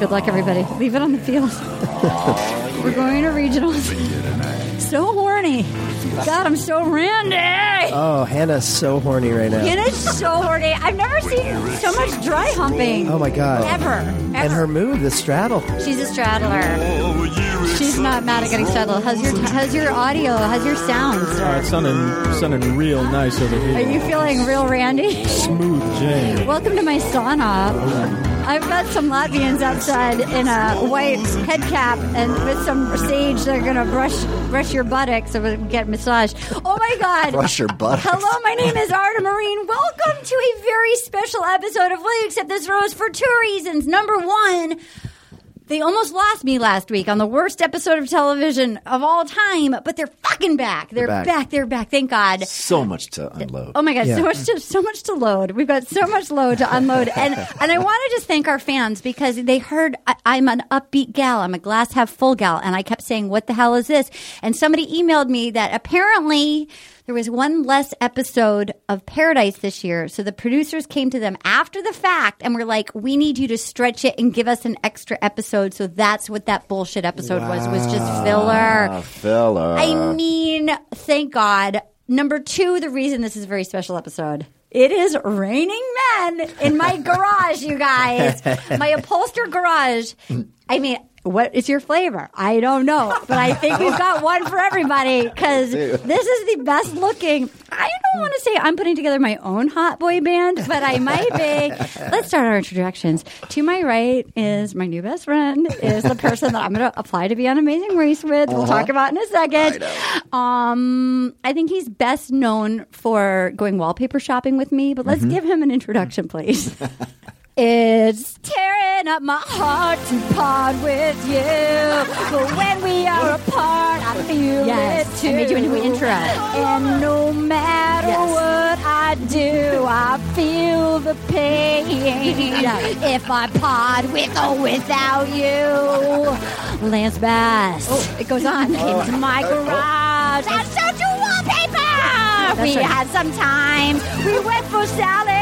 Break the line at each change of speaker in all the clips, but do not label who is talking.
Good luck, everybody. Leave it on the field. We're going to regionals. So horny. God, I'm so randy.
Oh, Hannah's so horny right now.
It is so horny. I've never seen so much dry humping.
Oh my god.
Ever.
And her
Ever.
move, the straddle.
She's a straddler. She's not mad at getting straddled. How's your how's your audio? How's your sound?
Uh, it's sounding, sounding real nice over
Are
here.
you feeling real randy?
Smooth Jane.
Welcome to my sauna. I've got some Latvians outside in a white head cap and with some sage. They're gonna brush brush your buttocks so we can get massaged. Oh my god!
Brush your buttocks.
Hello, my name is Arda Marine. Welcome to a very special episode of Will You Accept This Rose for two reasons. Number one. They almost lost me last week on the worst episode of television of all time, but they're fucking back. They're
back.
back. They're back. Thank God.
So much to unload.
Oh my god,
Yeah.
so much to so much to load. We've got so much load to unload, and and I want to just thank our fans because they heard I, I'm an upbeat gal, I'm a glass half full gal, and I kept saying, "What the hell is this?" And somebody emailed me that apparently there was one less episode of Paradise this year, so the producers came to them after the fact and were like, "We need you to stretch it and give us an extra episode." So that's what that bullshit episode was was just filler.
Ah, fella.
I mean, thank God. Number two, the reason this is a very special episode. It is raining men in my garage, you guys. My upholstered garage. I mean, what is your flavor? I don't know, but I think we've got one for everybody because this is the best looking. I don't want to say I'm putting together my own hot boy band, but I might be. Let's start our introductions. To my right is my new best friend, is the person that I'm going to apply to be on Amazing Race with. We'll talk about in a second. Um, I think he's best known for going wallpaper shopping with me, but let's give him an introduction, please. It's tearing up my heart to part with you. But when we are apart, I feel it
Yes,
too.
I made you into an intro.
And no matter
Yes.
what I do, I feel the pain. If I part with or without you, Lance Bass. Oh, it goes on. It's my garage. I showed you wallpaper. we
right.
had some time. We went for salad.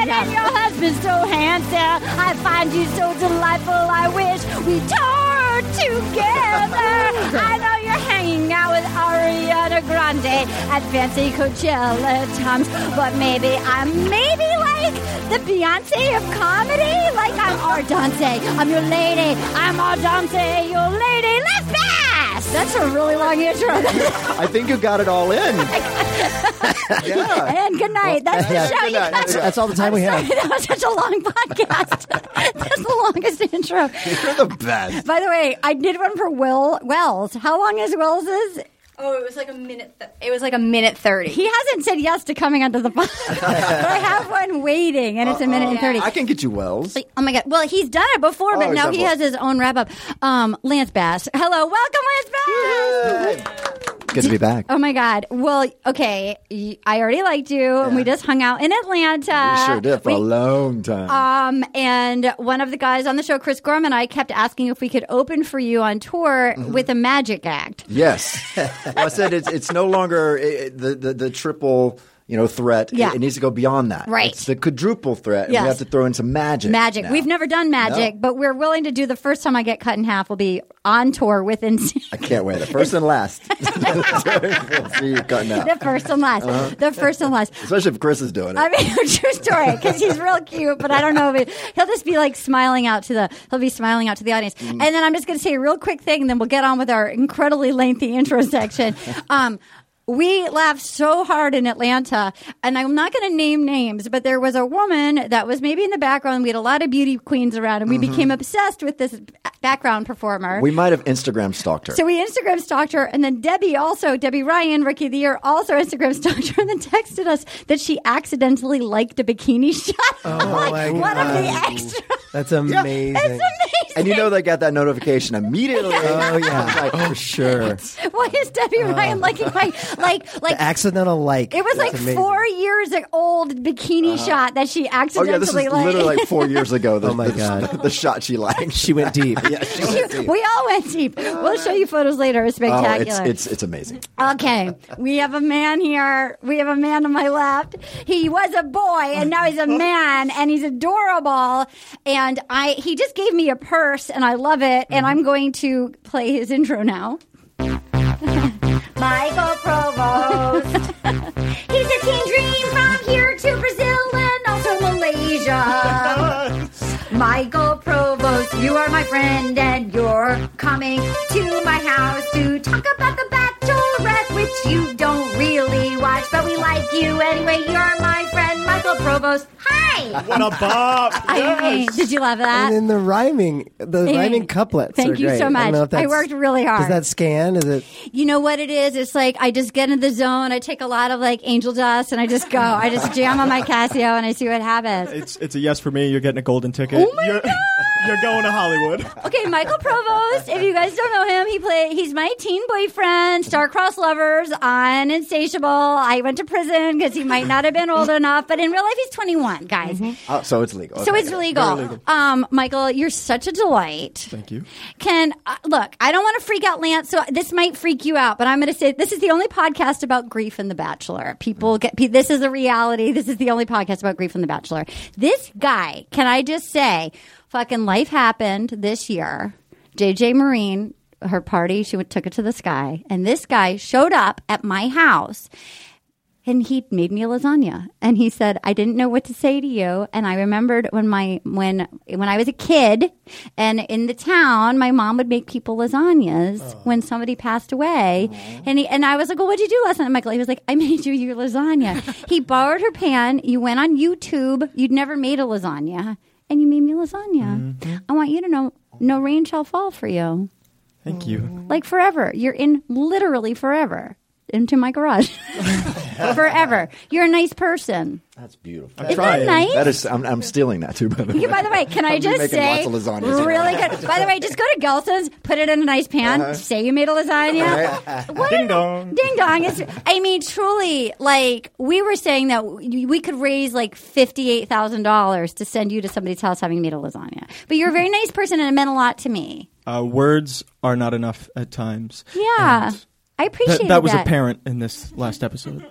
Yeah.
And your husband's so handsome. I find you so delightful. I wish we toured together. I know you're hanging out with Ariana Grande at fancy Coachella times, but maybe I'm maybe like the Beyonce of comedy. Like I'm Ardante. I'm your lady. I'm Ardante, your lady. Let's pass. That's a really long intro.
I think you got it all in. yeah.
and good night. That's
Yeah.
the show.
Good
You
night.
guys.
Yeah.
That's all the time we
Sorry,
have.
that was such a long podcast. That's the longest intro.
You're the best.
By the way, I did one for Will Wells. How long is Wells's?
Oh, it was like a minute. Th- it was like a minute thirty.
He hasn't said yes to coming onto the podcast, but I have one waiting, and it's a minute and
Uh-oh.
thirty.
I can get you Wells.
Oh my god! Well, he's done it before, but
Oh,
now
he's
he
done
has his own wrap up. Um, Lance Bass, hello, welcome, Lance Bass.
Good to be back.
Oh my god! Well, okay, y- I already liked you, and we just hung out in Atlanta.
we sure did for
We-
a long time.
Um, and one of the guys on the show, Chris Gorman, and I kept asking if we could open for you on tour with a magic act.
yes. Well, I said it's it's no longer it, it- the, the the triple you know threat. It-
Yeah.
It, needs to go beyond that.
Right.
It's the quadruple threat. And
Yes.
we have to throw in some magic.
Magic.
now.
We've never done magic,
No.
but we're willing to do the first time I get cut in half. We'll be on tour with Insane.
I can't wait. The first and last. See you cutting out.
The first and last. The first and last.
Especially if Chris is doing it.
I mean, true story, because he's real cute, but I don't know. If he, he'll just be like smiling out to the. He'll be smiling out to the audience, and then I'm just going to say a real quick thing, and then we'll get on with our incredibly lengthy intro section. Um, we laughed so hard in Atlanta, and I'm not going to name names, but there was a woman that was maybe in the background. We had a lot of beauty queens around, and we became obsessed with this background performer.
we might have Instagram stalked her.
So we Instagram stalked her, and then Debbie also, Debbie Ryan, Rookie of the Year, also Instagram stalked her, and then texted us that she accidentally liked a bikini shot.
Oh my
one of the
God.
extras.
That's amazing.
It's amazing.
and you know they got that notification immediately.
Oh
I
yeah.
was like,
for sure.
Why is Debbie Ryan liking my like like?
The accidental like.
it was
That's
like
amazing.
four years old bikini shot that she
Oh
accidentally
yeah, this is
liked.
literally like four years ago. The,
Oh, my
the-
God.
the shot she liked.
She went deep.
yeah, she
She-
went deep.
we all went deep. We'll show you photos later. It's
Oh,
spectacular.
it's it's it's amazing.
Okay, we have a man here. We have a man to my left. He was a boy, and now he's a man, and he's adorable. And I, he just gave me a verse, and I love it. And I'm going to play his intro now.
Michael Provost. He's a teen dream from here to Brazil and also Malaysia. Michael Provost, you are my friend and you're coming to my house to talk about the Bachelorette, which you don't really watch, but we like you anyway. You're my friend, Michael Provost. Hi!
What a bop!
I mean, did you love
And
that?
then the rhyming, the
Amy,
rhyming couplets.
thank
are
you
great.
so
I, don't
much.
know if
I
that's-
worked really
Does
hard.
that scan? Is it?
You know what it is? It's like I just get in the zone. I take a lot of like angel dust, and I just go. I just jam on my Casio, and I see what happens.
It's it's a yes for me. You're getting a golden ticket.
Oh my
you're,
God.
you're going to Hollywood.
Okay, Michael Provost. If you guys don't know him, he play. He's my teen boyfriend, star-crossed lovers on Insatiable. I went to prison because he might not have been old enough, but in real life, he's 21, guys.
Oh, so it's legal.
So
Okay.
it's legal. Um, Michael, you're such a delight.
Thank you.
Can uh, look, I don't want to freak out Lance, so this might freak you out, but I'm going to say this is the only podcast about grief and the bachelor. People get pe- this is a reality. This is the only podcast about grief and the bachelor. This guy, can I just say, fucking life happened this year. JJ Marine, her party, she went, took it to the sky, and this guy showed up at my house and he made me a lasagna and he said i didn't know what to say to you and i remembered when my when when i was a kid and in the town my mom would make people lasagnas when somebody passed away and he, and i was like well what'd you do last night michael he was like i made you your lasagna he borrowed her pan you went on youtube you'd never made a lasagna and you made me lasagna i want you to know no rain shall fall for you
Thank you.
like forever. You're in literally forever into my garage forever. You're a nice person.
That's beautiful.
Isn't
Trying.
that nice?
That is, I'm, I'm stealing that too. By the way,
You- by the way, can I
I'll be
just
making
say,
lots of lasagnas.
really good. By the way, just go to Gelson's, put it in a nice pan,
Uh-huh.
say you made a lasagna. What
Ding
an-
dong.
Ding dong. It's, I mean, truly, like we were saying that we we could raise like fifty-eight thousand dollars to send you to somebody's house having made a lasagna. But you're a very nice person, and it meant a lot to me.
Uh, words are not enough at times.
Yeah,
And
I
that,
appreciate
that was
that.
apparent in this last episode.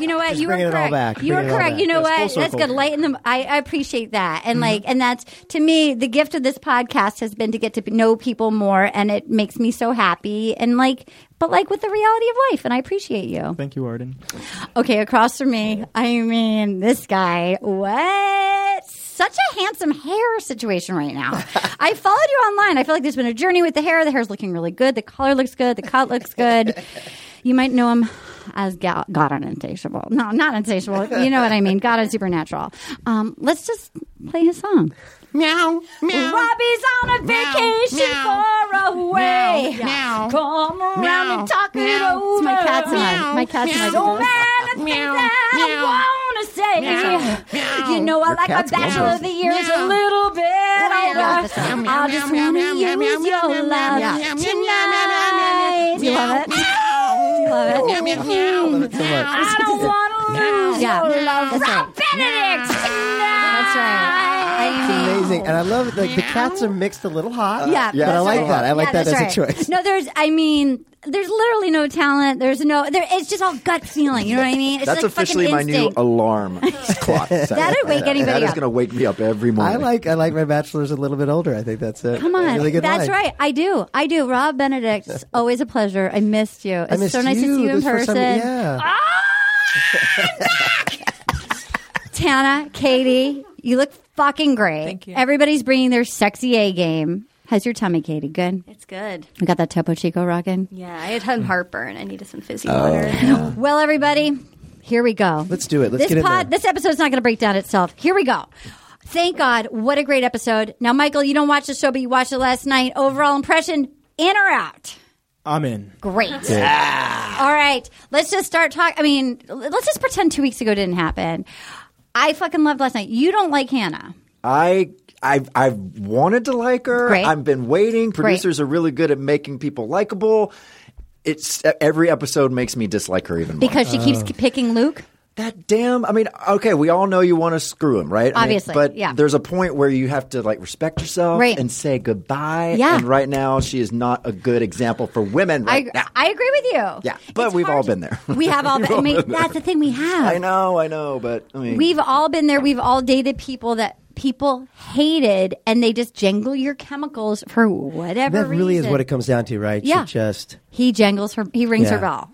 You know what? you were
bringing it
correct.
all back.
You were
Bringing it all
correct.
back.
You know
Yes, full
what? That's
circle.
good. Lighten them. I, I appreciate that,
Mm-hmm.
and like, and that's to me the gift of this podcast has been to get to know people more, and it makes me so happy. And like, but like with the reality of life, and I appreciate you.
Thank you, Arden.
Okay, across from me, I mean, this guy. What? Such a handsome hair situation right now. I followed you online. I feel like there's been a journey with the hair. The hair's looking really good. The color looks good. The cut looks good. You might know him as Ga- God on Insatiable. No, not Insatiable. You know what I mean. God on Supernatural. Um, let's just play his song. Robbie's on a vacation far away. Come around and talk it over. It's my cat's meow. My cat's meow. So many things that I want to say. You know I like my
cat's
Bachelor
gorgeous.
of the Years a little bit. I I just want to use your love tonight. Do you love it? Do you love it? I
Oh,
don't want to lose your love. Rob Benedict tonight. That's right. I mean-
Amazing. And I love it. Like, the cats are mixed a little hot.
Yeah.
But I
that's
like
right.
that. I like
Yeah,
that as
that's
a
right.
choice.
No, there's. I mean, there's literally no talent. There's no. There. It's just all gut feeling. You know what I mean? It's
That's
like
officially my
fucking
new
instinct.
alarm clock.
That'd wake anybody
That is
up.
going to wake me up every morning.
I like I like my bachelors a little bit older. I think that's it.
Come on,
really good
that's
line.
right. I do. I do. Rob Benedict, it's always a pleasure. I missed you. It's
I missed
so nice
you.
to see you in
This first
person.
time- yeah.
Tana, Katie, you look fucking great. Thank
you.
Everybody's bringing their sexy A game. How's your tummy, Katie? Good.
It's good.
We got that Topo Chico rocking.
Yeah, I had had heartburn. I needed some fizzy water.
Well, everybody, here we go.
Let's do it. Let's
this
get in
pod,
there.
This episode's not going to break down itself. Here we go. Thank God. What a great episode. Now, Michael, you don't watch the show, but you watched it last night. Overall impression, in or out?
I'm in.
Great. All right. Let's just start talking. I mean, l- let's just pretend two weeks ago didn't happen. I fucking loved last night. You don't like Hannah.
I I've, I've wanted to like her.
Great.
I've been waiting. Producers are really good at making people likable. It's every episode makes me dislike her even more.
Because she keeps k- picking Luke.
that damn, I mean, okay, we all know you want to screw him, right? I mean,
Obviously,
but
yeah.
there's a point where you have to like respect yourself
Right.
and say goodbye.
Yeah.
And right now, she is not a good example for women. Right
I,
now.
I agree with you.
Yeah, but
It's
we've all
hard to-
been there.
We have all been. I mean, that's the thing we have.
I know, I know, but I mean,
We've all been there. We've all dated people that people hated, and they just jangle your chemicals for whatever
That really is
reason.
what it comes down to, right?
Yeah.
She just
He jangles her. He rings
Yeah.
her bell.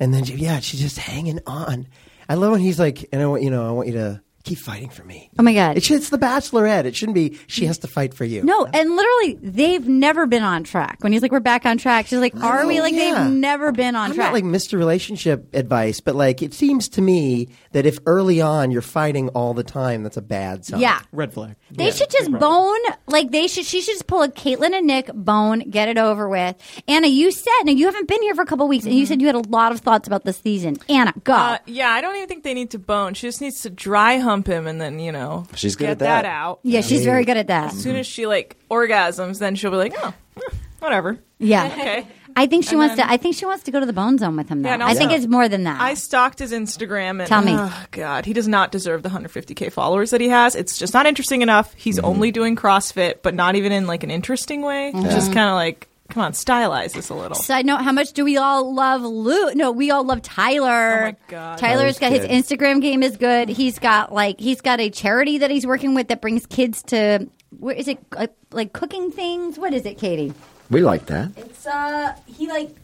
and then she, yeah, she's just hanging on. I love when he's like, and I want you know, I want you to keep fighting for me.
Oh my god!
It should, it's the Bachelorette. It shouldn't be she has to fight for you.
no, and literally, they've never been on track. When he's like, "We're back on track," she's like, "Are we?" Like
yeah.
they've never been on
I'm
track.
not like Mr. Relationship advice, but like it seems to me that if early on you're fighting all the time, that's a bad sign.
yeah,
Red flag.
They should just bone like they should. She should just pull a Caitlyn and Nick bone, get it over with. Anna, you said now you haven't been here for a couple weeks, and you said you had a lot of thoughts about this season. Anna, go.
Uh, yeah, I don't even think they need to bone. She just needs to dry hump him, and then you know
She's good
get
at that.
out.
yeah, she's very good at that.
As soon as she like orgasms, then she'll be like, oh, eh, whatever.
Yeah,
Okay.
I think she wants to. I think she wants to go to the bone zone with him. Though
Yeah, and
I think
also-
it's more than that.
I stalked his Instagram and
Tell me.
oh god, he does not deserve the 150k followers that he has. It's just not interesting enough. He's only doing CrossFit, but not even in like an interesting way.
Mm-hmm.
Just kind of like, come on, stylize this a little.
Side note: How much do we all love Lou? No, we all love Tyler.
Oh my God.
Tyler's got
good.
his Instagram game is good. He's got like he's got a charity that he's working with that brings kids to where is it like, like cooking things? What is it, Katie?
We like that.
It's uh, he like,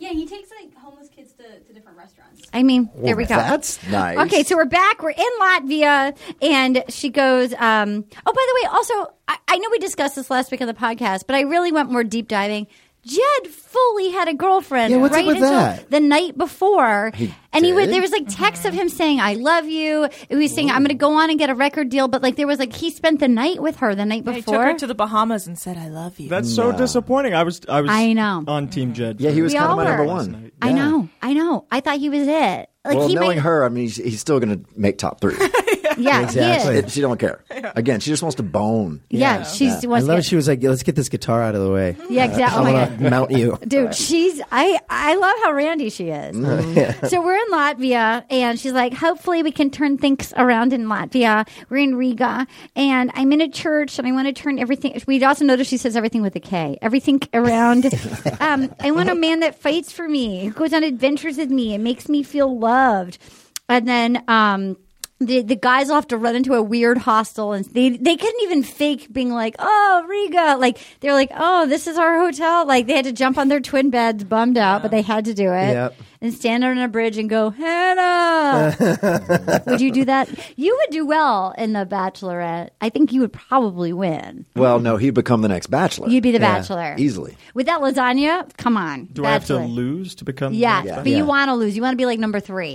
yeah, he takes like homeless kids to, to different restaurants.
I mean, there we go.
That's nice.
Okay, so we're back. We're in Latvia, and she goes. Um, oh, by the way, also, I, I know we discussed this last week on the podcast, but I really went more deep diving. Jed fully had a girlfriend
Yeah, what's up
right
with
until
that?
the night before, and he was,
did?
there was like texts of him saying "I love you." He was saying "I'm going to go on and get a record deal," but like there was like he spent the night with her the night
I
before.
took her to the Bahamas and said, "I love you."
That's so disappointing. I was I was
I know.
on Team Jed.
Yeah, he was
We
kind
all
of my number
were.
one.
I
Yeah.
know, I know. I thought he was it. Like
well,
he
knowing
might,
her, I mean, he's, he's still going to make top three.
yeah,
Exactly.
He is.
It- she don't care. Again, she just wants to bone.
Yeah, she's
I
wants to
love
get-
she was like, let's get this guitar out of the way.
Yeah, exactly. Oh my
I want
god.
to mount you.
Dude, she's I I love how randy she is. so we're in Latvia and she's like, hopefully we can turn things around in Latvia. We're in Riga and I'm in a church and I want to turn everything we also notice she says everything with a K. Everything around. um, I want a man that fights for me, who goes on adventures with me and makes me feel loved. And then um the, the guys will have to run into a weird hostel and they they couldn't even fake being like oh Riga like they're like oh this is our hotel like they had to jump on their twin beds bummed out but they had to do it
Yep.
and stand on a bridge and go Hannah would you do that you would do well in the Bachelorette I think you would probably win
Well, no, he'd become the next bachelor.
you'd be the Bachelor
easily.
with that lasagna come on
Do I have to
Bachelor.
lose to become?
yes
Yeah. Mm-hmm.
but you want to lose you want to be like number 3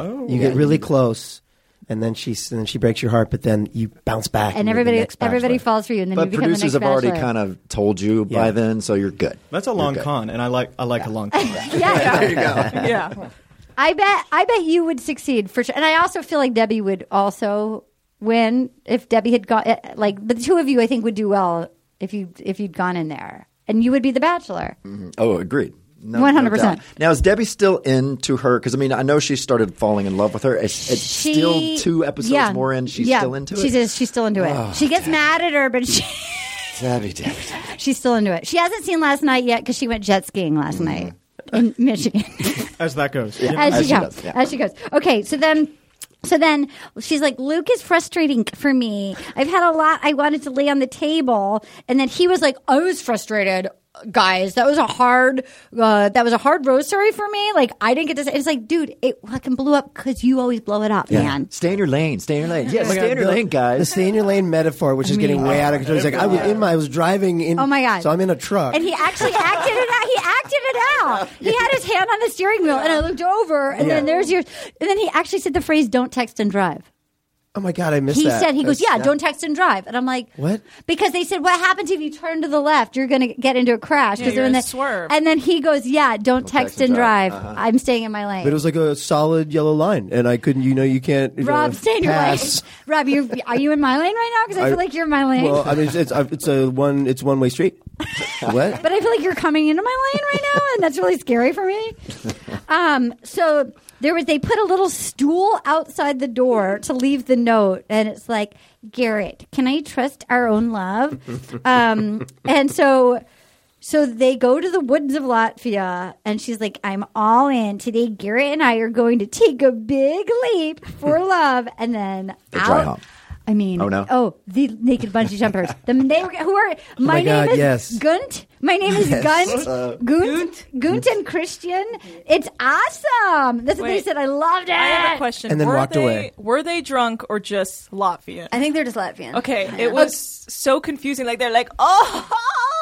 Oh.
You get really close, and then she and then she breaks your heart, but then you bounce
and
back. you're the
everybody
next bachelor.
everybody falls for you and then
But
you become the
producers
next
have already
Bachelor.
kind of told you by
Yeah.
then, so you're good.
That's a long
You're good.
con, and I like I like a long con.
yeah.
There you go.
yeah.
I bet I bet you would succeed for sure. And I also feel like Debbie would also win if Debbie had gone. eh, Like the two of you, I think would do well if you if you'd gone in there, and you would be the Bachelor.
Oh, agreed. No- no
100%.
doubt. Now is Debbie still into her? Because I mean, I know she started falling in love with her. It's, it's
She-
still two episodes
yeah.
more in. She's
Yeah.
still into
She's
it. Oh,
just- she's still into it. she gets mad at her, but she,
Debbie, Debbie,
she's still into it. She hasn't seen last night yet because she went jet skiing last
Mm.
night in Michigan.
As that goes.
as,
As
she
she
goes.
does, yeah.
As she goes. Okay, so then. So then she's like, Luke is frustrating for me. I've had a lot I wanted to lay on the table. And then he was like, I was frustrated, guys. That was a hard, uh, that was a hard road story for me. Like, I didn't get to say, it's like, dude, it fucking blew up because you always blow it up, man.
Stay in your lane. Stay in your lane. Yeah, stay in your lane,
Oh The
guys.
stay in your lane metaphor, which is getting way out of control. He's like, I was in my, I was driving in.
Oh my God.
So I'm in a truck.
And he actually acted it out. He acted it out. He had his hand on the steering wheel and I looked over and then there's your, and then he actually said the phrase, don't text and drive.
oh my god, I missed
He
that.
said, he goes,
That's-
yeah, don't text and drive. And I'm like,
What?
Because they said, what happens if you turn to the left? You're going to get into a crash. because
you're
in
gonna
the
swerve.
And then he goes, yeah, don't text, and drive. I'm staying in my lane.
Uh-huh. But it was like a solid yellow line, and I couldn't. You know, you can't. you
Rob,
know,
stay in your lane.
pass.
Rob, you are you in my lane right now? Because I,
I-
feel like you're in my lane.
Well, I mean, it's, it's, it's a one. It's one way street. what?
but I feel like you're coming into my lane right now, and that's really scary for me. Um, so there was they put a little stool outside the door to leave the note, and it's like Garrett, can I trust our own love? Um, and so. So they go to the woods of Latvia, and she's like, I'm all in. Today, Garrett and I are going to take a big leap for love. And then
dry
out,
hump.
I mean,
Oh, no. Oh
the naked bungee jumpers. The, they were, who are my,
my God,
name is
yes.
Gunt. My name is Gunt. Gunt. Gunt and Christian. It's awesome. That's what they
Wait.
said. I loved it.
I have a question.
And then
were
walked
they,
away.
Were they drunk or just Latvian?
I think they're just Latvian.
Okay, it was so confusing. Like they're like, oh,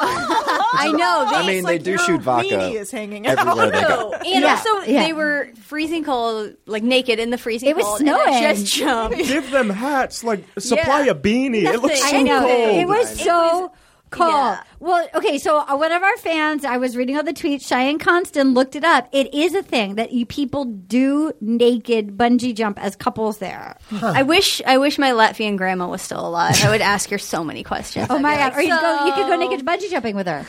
I know.
I mean,
It's
they
like
do
your
shoot vodka
weenie is hanging
everywhere
out.
they go.
Oh, And
Yeah,
also,
yeah.
they were freezing cold, like naked in the freezing
It was
cold. and I
snowing.
just jumped.
Give them hats. Like supply
Yeah.
a beanie. It looks
Nothing.
so
I know.
cold.
It was so cold.
yeah.
Well, okay, so uh, one of our fans, I was reading all the tweets, Cheyenne Constant looked it up. It is a thing that you people do naked bungee jump as couples there.
I wish I wish my Latvian grandma was still alive. I would ask her so many questions.
Oh my
I'd
god! Or
be
you could go, you could go
so-
naked bungee jumping with her.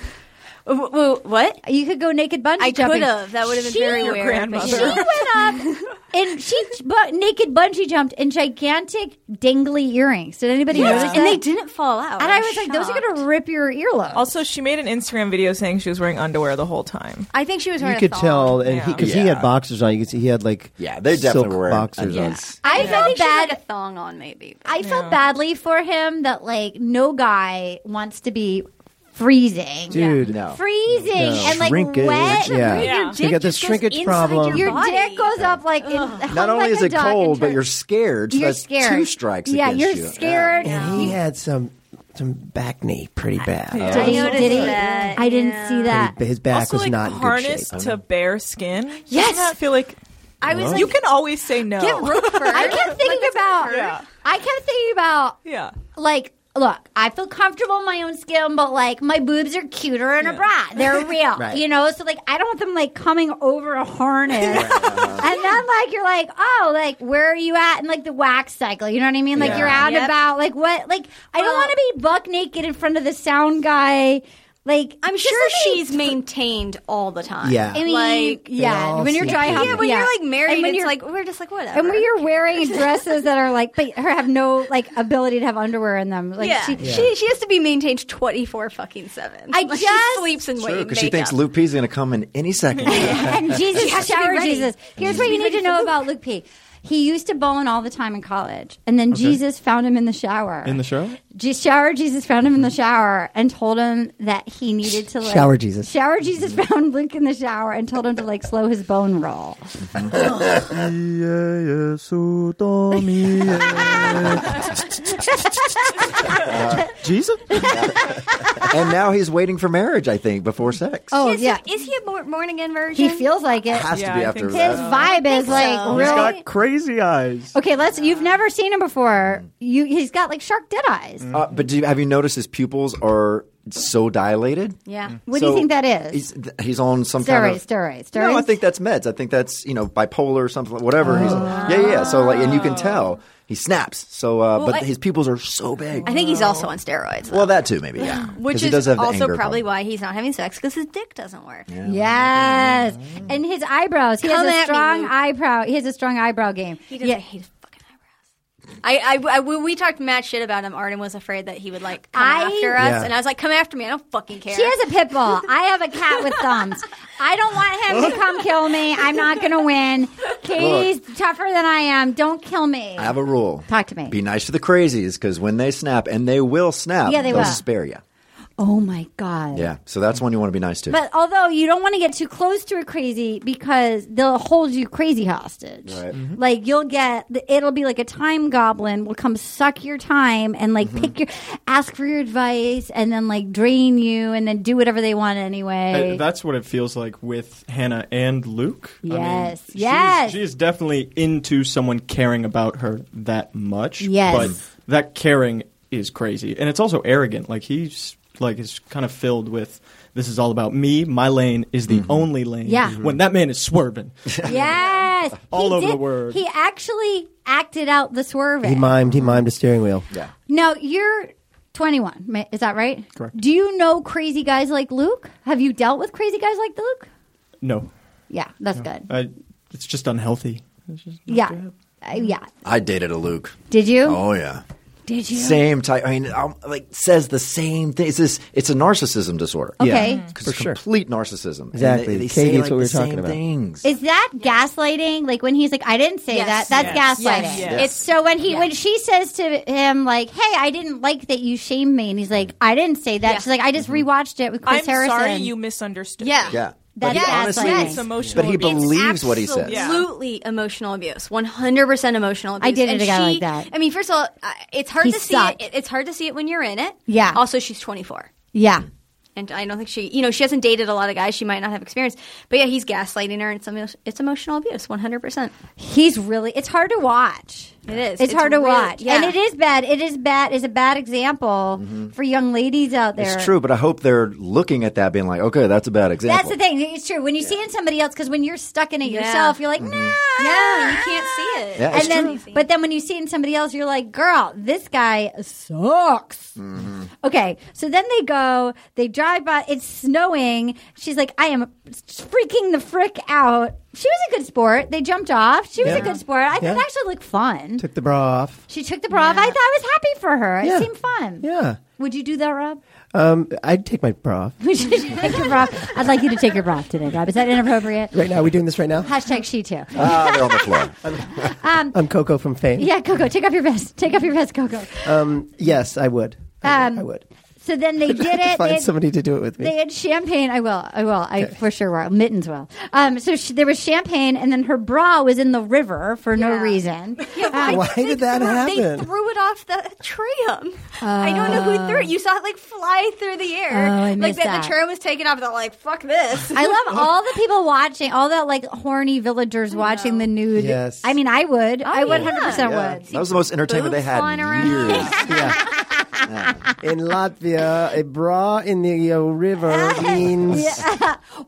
W- w- what?
You could go naked bungee
I
jumping.
could have. That would have been
She-
very
Your
weird.
grandmother.
She went up and she bu- naked bungee jumped in gigantic dangly earrings. Did anybody
Yeah.
notice that?
And they didn't fall out.
And I was like, those are
shocked.
going to rip your earlobe.
Also, she made an Instagram video saying she was wearing underwear the whole time.
I think she was
You
wearing.
could
a thong.
tell, and
Yeah.
because he, had
Yeah.
boxers on, you could see he had like
Yeah, they definitely
silk
were
boxers on.
I
I
felt
think she had
bad.
like a thong on, maybe. but-
I felt badly for him that like no guy wants to be freezing,
Dude,
No.
freezing
No.
and like
Shrinkage,
wet.
yeah.
Yeah.
Your
you
So
dick
got this
just goes
shrinkage
inside
problem.
Your
body.
dick goes up like in,
Not only is it cold, but you're scared. So
you're
that's
scared.
two strikes
Yeah,
against
you're
you.
scared.
And he had some some back knee pretty bad.
Did he?
noticed
Did he?
that,
I didn't see that.
Pretty- His back
also,
was
like
not in good shape.
harnessed to bare skin.
Yes.
Doesn't that feel like
I was like,
you can always say no.
get root for
I kept thinking about.
Yeah.
I kept thinking about
yeah,
like. Look, I feel comfortable in my own skin, but like my boobs are cuter in a bra. They're real,
Right.
you know. So like, I don't want them like coming over a harness, and then like you're like, oh, like where are you at? And like the wax cycle, you know what I mean? Like
Yeah.
you're out
Yep.
about, like what? Like I don't
Well-
want to be buck naked in front of the sound guy. Like
I'm
just
sure
let me
she's maintained all the time.
Yeah.
I mean,
like
yeah,
all
when you're
see
dry
it.
humping,
yeah, when
yeah.
you're like married,
and when
it's
you're,
like we're just like whatever.
and when you're wearing dresses that are like, but her have no like ability to have underwear in them. Like
yeah.
she,
she she has to be maintained 24 fucking seven.
I
Like,
just-
she sleeps in
Sure,
weight.
because she thinks Luke P's going to come in any second.
and Jesus,
has to be
shower
ready.
Jesus. Here's what you need to know about Luke P. He used to bone all the time in college, and then Jesus found him in the shower.
In the shower?
Je- shower, Jesus found him in the shower and told him that he needed to like,
Shower Jesus.
Shower Jesus found Luke in the shower and told him to like slow his bone roll.
Jesus?
and now he's waiting for marriage, I think, before sex.
Oh
Is,
yeah,
he, is he a born, born again virgin?
he feels like it.
has
Yeah,
to be
I
after
think
His
that.
vibe is like
so.
really.
He's got crazy eyes.
Okay, let's. You've never seen him before. You, he's got like shark dead eyes.
Uh, but do you, have you noticed his pupils are so dilated?
yeah.
What do you
So
think that is?
He's, th- he's on some kind
Steroids,
of
steroids, steroids.
No, I think that's meds. I think that's you know bipolar or something, whatever. He's, yeah, yeah, yeah. So like, and you can tell he snaps. So, uh, but
I-
his pupils are so big.
I think he's also on steroids.
well, that too, maybe. Yeah,
which
'Cause
is
he does have the
also
anger
probably
problem.
why he's not having sex because his dick doesn't work.
Yes,
Mm.
and his eyebrows. He
Come
has a
at me,
strong
Luke.
eyebrow. He has a strong eyebrow game.
He doesn't hate his fucking eyebrows. I, I, I- when we talked mad shit about him, Arden was afraid that he would like come
I-
after us,
Yeah.
and I was like, "Come after me! I don't fucking care."
She has a pit bull. I have a cat with thumbs. I don't want him to come kill me. I'm not going to win. Katie's tougher than I am. Don't kill me.
I have a rule.
Talk to me.
Be nice to the crazies because when they snap, and they will snap,
Yeah, they
will
will.
spare you.
oh my god.
Yeah, so that's one you want to be nice to.
But although you don't want to get too close to a crazy because they'll hold you crazy hostage.
Right.
Mm-hmm.
Like you'll get it'll be like a time goblin will come suck your time and like
Mm-hmm.
pick your ask for your advice and then like drain you and then do whatever they want anyway.
Uh, that's what it feels like with Hannah and Luke. I mean,
Yes,
she's-
yes.
She is definitely into someone caring about her that much.
Yes.
But that caring is crazy. And it's also arrogant. Like he's like is kind of filled with this is all about me. My lane is the only lane.
Yeah. Mhm.
When that man is swerving.
yes.
All
He
over the
did-
word.
He actually acted out the
He
swerving.
mimed. He mimed a steering wheel. Yeah.
now you're 21, ma- is that right?
Correct.
Do you know crazy guys like Luke? Have you dealt with crazy guys like Luke?
no. Uh,
Yeah, that's good.
I, it's just unhealthy. It's just not
yeah.
good.
Uh, yeah.
I dated a Luke.
Did you?
Oh yeah.
Did you?
Same type. I mean, um, like says the same thing. It's this. It's a narcissism disorder. Mm.
Okay.
Yeah,
It's
for sure.
complete narcissism. And
Exactly.
they, they
Katie,
say
it's
like
what we
the
were talking
same
about.
things.
Is that gaslighting? Like when he's like, I didn't say
Yes.
that. That's
Yes.
gaslighting.
Yes.
It's so when he when she says to him like, Hey, I didn't like that you shamed me, and he's like, I didn't say that.
Yeah.
She's like, I just
Mm-hmm.
rewatched it with Chris
I'm
Harrison.
sorry you misunderstood.
Yeah.
yeah.
That
But he
is
honestly,
gaslighting.
It's
emotional
But he
abuse.
believes what he says.
absolutely emotional abuse. One hundred percent emotional abuse.
I dated
And
a guy
she-
like that.
I mean, first of all, uh, it's hard
He
to
sucked.
see it. It's hard to see it when you're in it.
Yeah.
Also, she's 24,
yeah.
and I don't think she. You know, she hasn't dated a lot of guys. She might not have experience. But yeah, he's gaslighting her, and it's, emo- it's emotional abuse. One hundred percent.
He's really. It's hard to watch.
It is.
It's, hard to
really-
watch,
yeah.
and it is bad. It is bad. Is a bad example for young ladies out there.
Mm-hmm. It's true, but I hope they're looking at that, being like, okay, that's a bad
That's
example.
the thing. It's true when you see it in somebody else because when you're stuck in it
Yeah.
yourself, you're like, no,
Mm-hmm.
Yeah, you can't see it.
Yeah,
and
it's
then
true.
but then when you see it in somebody else you're like girl this guy sucks
Mm-hmm.
okay so then they go they drive by it's snowing she's like i am freaking the frick out she was a good sport they jumped off she was a
Yeah.
good sport i thought
Yeah.
it actually looked fun
Took the bra off.
she took the bra off i thought i was happy for her
Yeah.
it seemed fun
Yeah.
would you do that rob
Um, I'd take my bra off.
would you take your bra off? i'd like you to take your bra off today rob is that inappropriate
Right now, are we doing this right now?
hashtag she too
Ah, they're on the floor.
I'm Coco from Fame.
yeah coco take off your vest take off your vest coco
Yes, I would. I
Um,
would. I would.
so then they did it
Find
they,
somebody to do it with me.
They had champagne. I will. I will. I for sure will. Mittens will. Um, so she, there was champagne, and then her bra was in the river for no
Yeah.
reason. Um,
Why did that
They
happen?
threw it off the tram. I don't know who threw it. You saw it like fly through the
Uh.
air.
Oh, I
like
missed that.
The tram was taken off. They're like, fuck this.
I love all the people watching, all the like horny villagers watching the nude.
Yes.
I mean, I would. I would
yeah.
100%
Yeah.
would.
That was the most entertainment they
boobs
had
flying
in
around.
years.
in Latvia, a bra in the uh,
Ah,
river means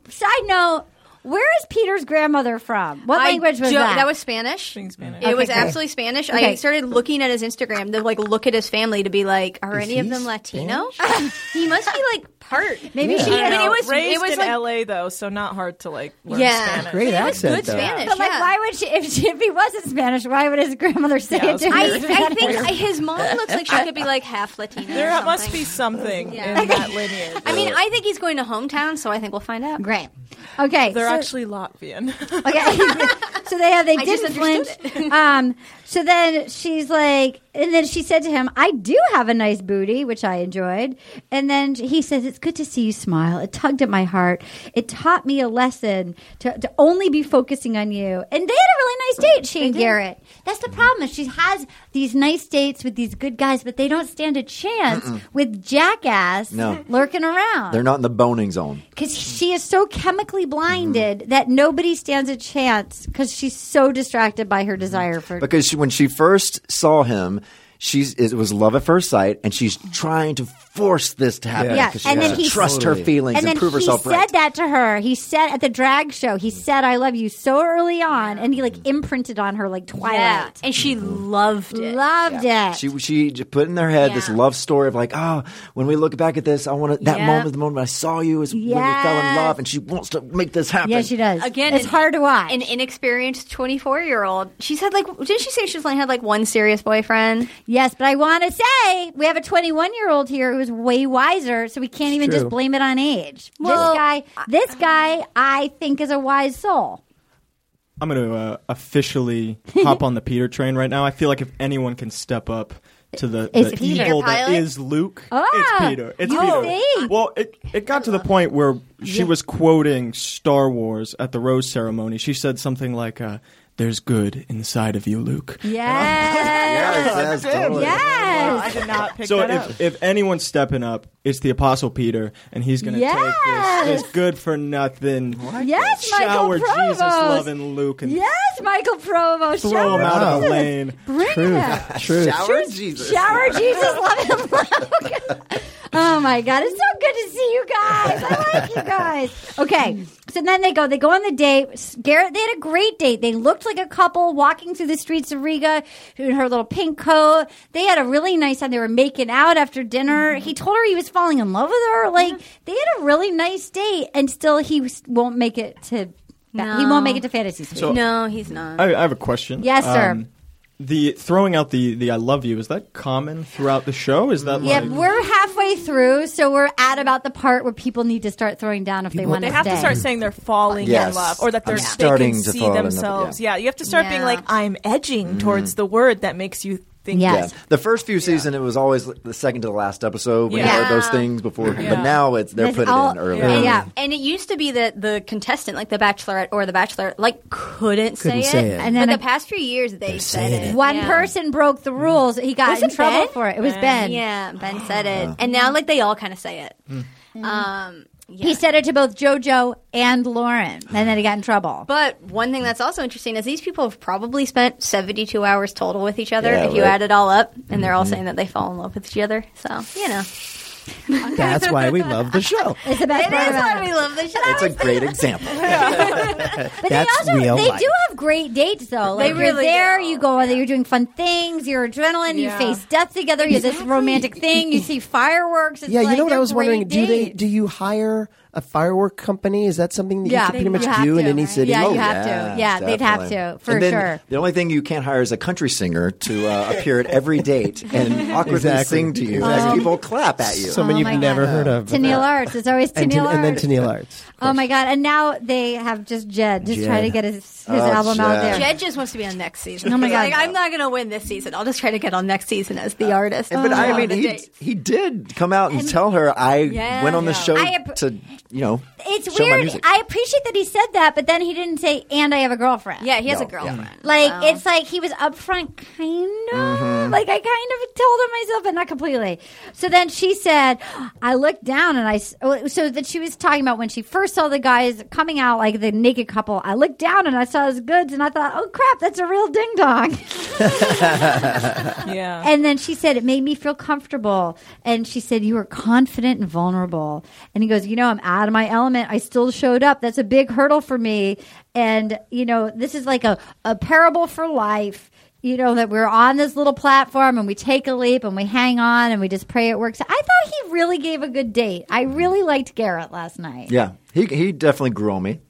Side note, where is Peter's grandmother from? What
I
language was
jo-
that?
was Spanish.
Being Spanish.
It was
great.
absolutely Spanish.
Okay.
I started looking at his Instagram to like look at his family to be like, are any of
he
them Latino? he must be like part.
Maybe she
I don't
had
But it
know.
was- it
raised
was
in
like-
LA though, so not hard to like learn
Yeah.
Spanish.
great accent.
Good
though.
Spanish.
But like,
yeah.
why would she? If, she, if he wasn't Spanish, why would his grandmother say
Yeah,
it
that's
to him?
I,
in
I
Spanish?
think I, his mom looks like she could be like half Latina. or
There must
something.
be something
Yeah.
in that lineage.
I mean, I think he's going to hometown, so I think we'll find out.
Great. Okay.
They're
so-
actually Latvian.
Okay. so they have they
just
didn't flinch.
understood
um, so then she's like, and then she said to him, "I do have a nice booty, which I enjoyed." And then he says, "It's good to see you smile. It tugged at my heart. It taught me a lesson to, to only be focusing on you." And they had a really nice date, she and Garrett. That's the problem. Is she has these nice dates with these good guys, but they don't stand a chance with jackass
No.
lurking around
They're not in the boning zone.
because she is so chemically
Mm-hmm.
blinded that nobody stands a chance because she's so distracted by
Mm-hmm.
her desire for.
Because she, when she first saw him, she's it was love at first sight, and she's trying to force this to happen.
Yeah.
'cause she
And
has
then
to
he-
trust her
Totally.
feelings and,
and then
prove
he
herself
said
right. Mm-hmm.
that to her. He said at the drag show, he said, "I love you" so early on, and he like imprinted on her like
Yeah,
Twilight.
and she loved it.
Loved it.
She she j- put in their head this
Yeah.
love story of like, oh, when we look back at this, I want to that
Yeah.
moment, the moment I saw you is when we fell in
Yes.
love, and she wants to make this happen.
yeah, she does.
Again,
it's
an-
hard to watch.
An inexperienced 24 year old. She said, like, didn't she say she's only had like one serious boyfriend?
yes, but I want to say we have a 21 year old here who is way wiser, so we can't even just
true.
blame it on age.
Well,
this guy, this guy, I think is a wise soul.
I'm going to uh, officially hop on the Peter train right now. I feel like if anyone can step up to the,
It's
the
Peter.
evil that
Pilot?
is Luke,
Ah,
it's Peter. It's
you
Peter.
think?
Well, it, it got to the point where she was quoting Star Wars at the Rose ceremony. She said something like, uh, There's good inside of you, Luke.
Mm-hmm. Yes.
Yes, yes, totally.
yes.
I did not pick
So
that up.
if, if anyone's stepping up, it's the Apostle Peter, and he's going to
Yes.
take this, this good for nothing.
Yes,
shower
Michael
Jesus
Provost.
loving Luke and
Yes, Michael Provost.
throw
shower
him out of the
Jesus.
lane.
Bring him.
Truth.
Shower Jesus.
Shower Jesus, love him. Look. oh my God, it's so good to see you guys. I like you guys. Okay, so then they go. They go on the date. Garrett, they had a great date. They looked like a couple walking through the streets of Riga in her little pink coat. They had a really nice time. They were making out after dinner.
Mm-hmm.
He told her he was falling in love with her. Like they had a really nice date, and still he was- won't make it to. He
No.
won't make it to fantasy suite.
So-
No, he's not.
I, I have a question. Um,
Yes, sir.
the throwing out the the I love you is that common throughout the show? Is that
Yeah,
like
we're halfway through, so we're at about the part where people need to start throwing down if they want
They have
stay.
to start saying they're falling
Yes.
in love, or that they're
I'm
they can
starting to
see
fall in love,
themselves.
yeah. Mm-hmm.
Yeah. you have to start being
Yeah.
like, I'm edging towards the word that makes you think.
Yeah.
Yeah. The first few season, it was always the second to the last episode when you
Yeah.
heard those things before. But
Yeah.
now it's they're
That's
putting it
all-
in early.
Yeah. yeah.
And it used to be that the contestant, like the Bachelorette or the Bachelor, like couldn't,
Couldn't
say,
say it.
it.
And
but
then
the
a-
past few years they said
saying
it.
it.
One
Yeah.
person broke the rules. He got
Was
in
it
trouble
Ben?
for it. It was Ben.
Yeah, Ben said it, and now like they all kind of say it. Um, yeah.
He said it to both JoJo and Lauren, and then he got in trouble.
But one thing that's also interesting is these people have probably spent 72 hours total with each other
Yeah,
if you
right.
add it all up, and they're all saying that they fall in love with each other. So, you know.
That's why we love the show.
it's the best part
That's
about
why
it.
we love the show.
It's a great example.
But
That's
they also
real
they
life.
do have great dates though. Like you're
really
there,
do.
you go you're doing fun things, you're adrenaline,
Yeah.
you face death together, you this romantic thing, you see fireworks. It's
Yeah, you
like
know what I
they're
was wondering?
great
Do they
dates.
do you hire a firework company? Is that something that
Yeah.
you can pretty
They
much
have
do in
to,
any
right?
city?
Yeah,
Oh,
you have to. Yeah, they'd have to,
definitely.
for
And then
sure.
The only thing you can't hire is a country singer to uh, appear at every date and awkwardly
Exactly.
sing to you as
Exactly.
people clap at you.
Someone
Oh
you've
my
never
God.
heard of.
Tennille Arts. It's always
and,
Tennille
Ten-
Arts.
and then Tennille Arts.
Oh my god! And now they have just Jed, just try
Jed.
to get his, his
Oh,
album out
Jed.
there.
Jed just wants to be on next season.
Oh my God.
Like, I'm not going to win this season. I'll just try to get on next season as the artist.
but I
Oh,
on
mean,
the
he,
date.
he did come out and, tell her I
Yeah.
went on the show
I app-
to, you know,
It's
show my
weird.
music.
I appreciate that he said that, but then he didn't say, "And I have a girlfriend."
yeah, he has
No,
a girlfriend.
Like it's like he was upfront, kind of.
Mm-hmm.
Like I kind of told him myself, but not completely. So then she said, "I looked down and I." s- oh, So that she was talking about when she first saw the guys coming out, like the naked couple. I looked down and I saw his goods, and I thought, "Oh crap, that's a real ding dong."
Yeah.
And then she said, It made me feel comfortable. And she said, You were confident and vulnerable. And he goes, You know, I'm out of my element. I still showed up. That's a big hurdle for me. And, you know, this is like a, a parable for life. You know, that we're on this little platform and we take a leap and we hang on and we just pray it works. I thought he really gave a good date. I really liked Garrett last night.
yeah, he, he definitely grew on me.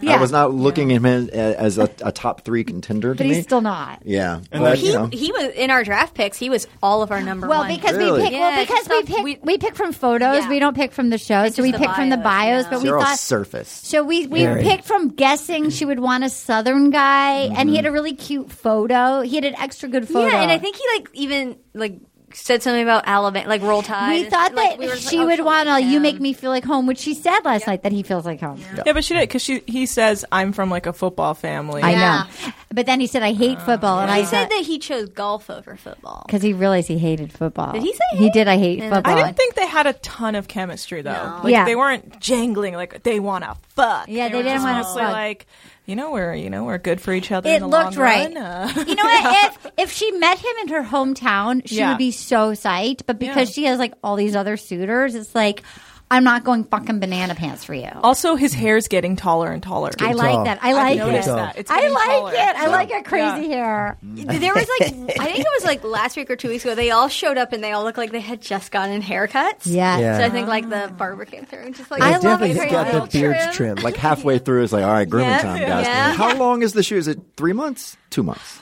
I
Yeah.
was not looking at him as a, a top three contender to
But
me.
he's still not.
yeah, but,
And then-
he,
you know,
he was in our draft picks. He was all of our number
Well,
one.
because
Really?
we pick
Yeah,
well
it's
because
just
we
the-
pick
we-
we, pick from photos.
Yeah.
We don't pick from the show, so
just
we
the
pick from the
bios,
bios.
yeah.
But we
they're all
thought
surface.
So we we picked from guessing she would want a southern guy, and he had a really cute photo. He had an extra good photo.
Yeah, and I think he like even like said something about Alabama, like roll tide.
we
and
thought
stuff. Like,
that
we were just
she
like, oh,
would
she'll
want a
like
"you
him.
make me feel like home," which she said last night that he feels like home.
Yeah, but she did because she he says I'm from like a football family.
I
Yeah. Oh,
know, but then he said, "I hate football," and I
He said
said
that he chose golf over football.
because he realized he hated football. Did
he say
he
hate?
did? I hate
Yeah.
football.
I didn't think they had a ton of chemistry though. Like
Yeah.
they weren't jangling like they want to fuck.
Yeah, they
were
didn't
just
wanna
mostly
fuck.
Like you know we're you know we're good for each other.
It
in the
looked
long
right.
run, uh,
you know what? If if she met him in her hometown, she
Yeah.
would be so psyched. But because
Yeah.
she has like all these other suitors, it's like I'm not going fucking banana pants for you.
also, his hair's getting taller and taller.
I
tall.
like that. I like
noticed
it.
that. It's
I
getting
like
taller.
it. I like a crazy hair.
There was like I think it was like last week or two weeks ago. They all showed up and they all looked like they had just gotten haircuts.
Yes.
Yeah.
So I think like the barber came through and just like
I
They
love
definitely
it
he's
very
got
well
the beard
trimmed.
trim.
Like halfway through, it's like, all right, grooming
Yeah.
time, guys.
Yeah.
How long is the shoot? Is it three months? Two months?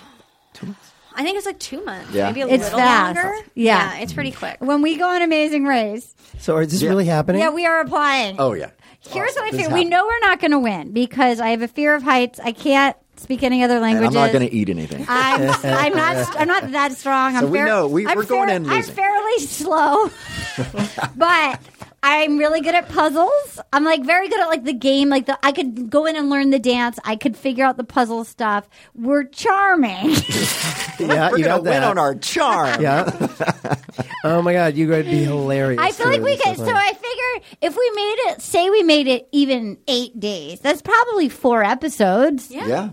I think it's like two months,
Yeah.
maybe a
It's
little
fast.
longer.
Yeah.
it's pretty quick.
When we go on Amazing Race,
so is this really happening?
yeah, we are applying.
Oh yeah.
Here's what I
This
feel. We
happened.
know we're not going to win because I have a fear of heights. I can't speak any other
And
languages.
I'm not going to eat anything. Uh,
I'm, I'm not. I'm not that strong. I'm
So we
fair-
know, we-
I'm
we're going
fair-
in
I'm
losing.
fairly slow, but I'm really good at puzzles. I'm like very good at like the game. Like the I could go in and learn the dance. I could figure out the puzzle stuff. We're charming.
yeah,
We're gonna
you got
win
that.
on our charm.
yeah. oh my god, you would be hilarious.
I feel like
doing
we
this
could.
stuff.
So I figured if we made it, say we made it even eight days, that's probably four episodes.
Yeah.
Yeah.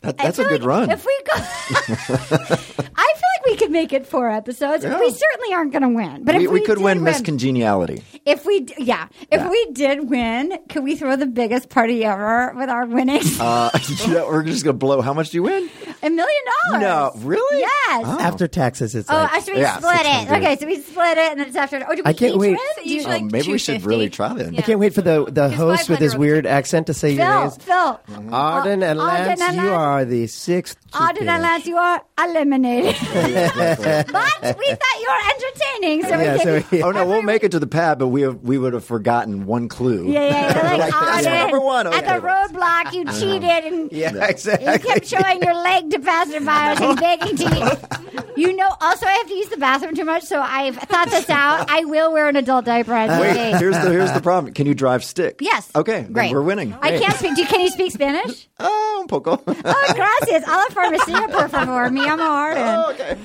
That,
I
that's a
feel
good
like
run.
If we go, I feel like we could make it four episodes.
Yeah.
We certainly aren't going to win, but
we,
if
we could
did
win Miss Congeniality.
If we, d- yeah, if
Yeah.
we did win, could we throw the biggest party ever with our winnings?
Uh, yeah, we're just going to blow. How much do you win?
A million dollars.
No, really?
Yes.
After taxes, it's
Oh,
like
after we
Yeah,
split
six
it.
hundred.
Okay, so we split it, and then it's after. Oh, do we
I can't
each
wait.
win? Do you-
Usually
Oh,
like
maybe we should
250.
really try then.
Yeah.
I can't wait for the the
He's
host with
500
his
on
weird accent to say your
Phil,
names.
Phil,
Arden
Arden
and Lance,
and
you
Lance.
are the sixth.
Auden
two-piece.
and Lance, you are eliminated.
Exactly.
but we thought you were entertaining, so
Yeah,
we
so
gave you-
oh no, we'll make it to the pad, but we we would have forgotten one clue.
Yeah, yeah, yeah. They're like,
That's
Auden,
number one, okay. Uh-huh.
at the roadblock, you cheated and
Yeah,
You
exactly.
kept showing your leg to passerbyers and begging to eat. You know, also, I have to use the bathroom too much, so I've thought this out. I will wear an adult diaper on
Wait,
TV.
here's the here's the problem. Can you drive stick?
Yes.
Okay, then
Great.
we're winning.
I can't speak. Do, can you speak Spanish?
Oh, un poco.
Oh, gracias. Hola, farmacia, por favor. Mi amo Arden.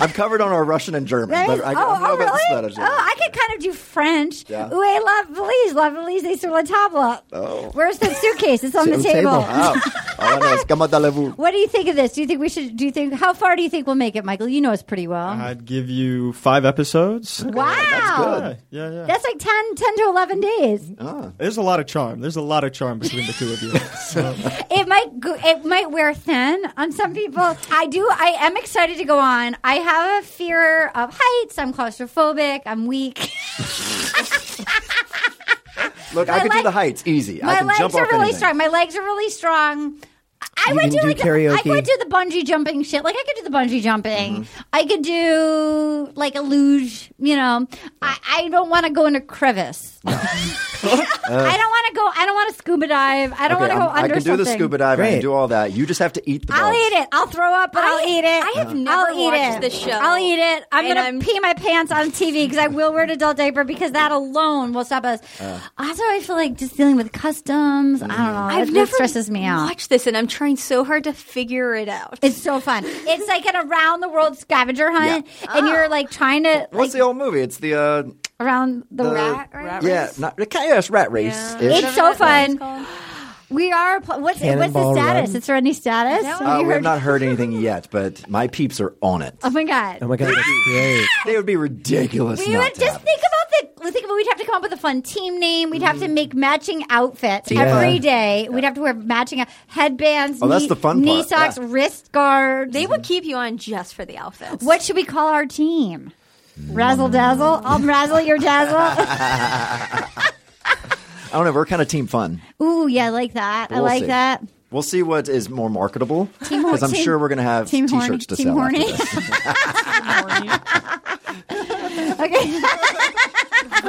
I'm covered on our Russian and German,
That is-
but I, I
oh,
don't know
oh,
about
really?
Spanish.
Oh, I could kind of do French.
Yeah.
Oui, la valise, la valise sur la table.
Oh.
Where's the suitcase? It's on the
Sur table.
table.
Wow. Oh. All I know is comment allez-vous?
What do you think of this? Do you think we should? Do you think how far do you think we'll make it, Michael? You know us pretty well.
Uh,
I'd give you five episodes.
wow,
Yeah, yeah, yeah.
That's like 10, 10 to eleven days.
Oh.
There's a lot of charm. There's a lot of charm between the two of you. So,
It might go, it might wear thin on some people. I do. I am excited to go on. I have a fear of heights. I'm claustrophobic. I'm weak.
Look, I
My
can do
leg-
the heights easy. I
My
can
legs
jump
are
off
really
anything.
strong. My legs are really strong. I
You
would
can
do,
do
like
karaoke.
I would do the bungee jumping shit. Like I could do the bungee jumping.
Mm-hmm.
I could do like a luge. You know, I, I don't want to go in a crevice. I don't want to go. I don't want to scuba dive. I don't
Okay,
want to go
I'm-
under
I can do
something.
the scuba dive. I
Great.
can do all that. You just have to eat the.
I'll
bugs.
eat it. I'll throw up, but I, will eat it.
I have never
I'll eat
watched
it.
this show.
I'll eat it. I'm
And
gonna
I'm-
pee my pants on TV because I will wear an adult diaper because that alone will stop us. also, I feel like just dealing with customs. I don't know.
I've
it
never
stresses me out.
Watch this, and I'm trying so hard to figure it out.
It's so fun. It's like an around the world scavenger hunt,
Oh.
and you're like trying to like
What's the old movie? It's the uh,
around the, rat. Right?
Rat
yeah,
race?
not, yeah, it's rat race.
It's so fun. We are. Pl- what's what's the
Cannonball
status?
Run.
Is there any status?
Is that
Have
Uh,
you
we have
heard-
not heard anything yet, but my peeps are on it.
Oh my god.
Oh my god, that's great.
They would be ridiculous.
We
not
would
to
just
have it.
think about the think about we'd have to come up with a fun team name. We'd have to
Mm.
make matching outfits
Yeah.
every day. We'd have to wear matching out- headbands.
Oh, that's
knee,
the fun
Knee
part,
socks,
yeah.
wrist guards.
They would keep you on just for the outfits.
what should we call our team? Razzle dazzle. I'll razzle your dazzle.
I don't know. We're kind of team fun.
Ooh, yeah, I like that. I
We'll
like
see.
that.
We'll see what is more marketable
Team hor-
because I'm
team-
sure we're going to have
team
t-shirts
horny-
to
team
sell. after
horny.
this.
Okay.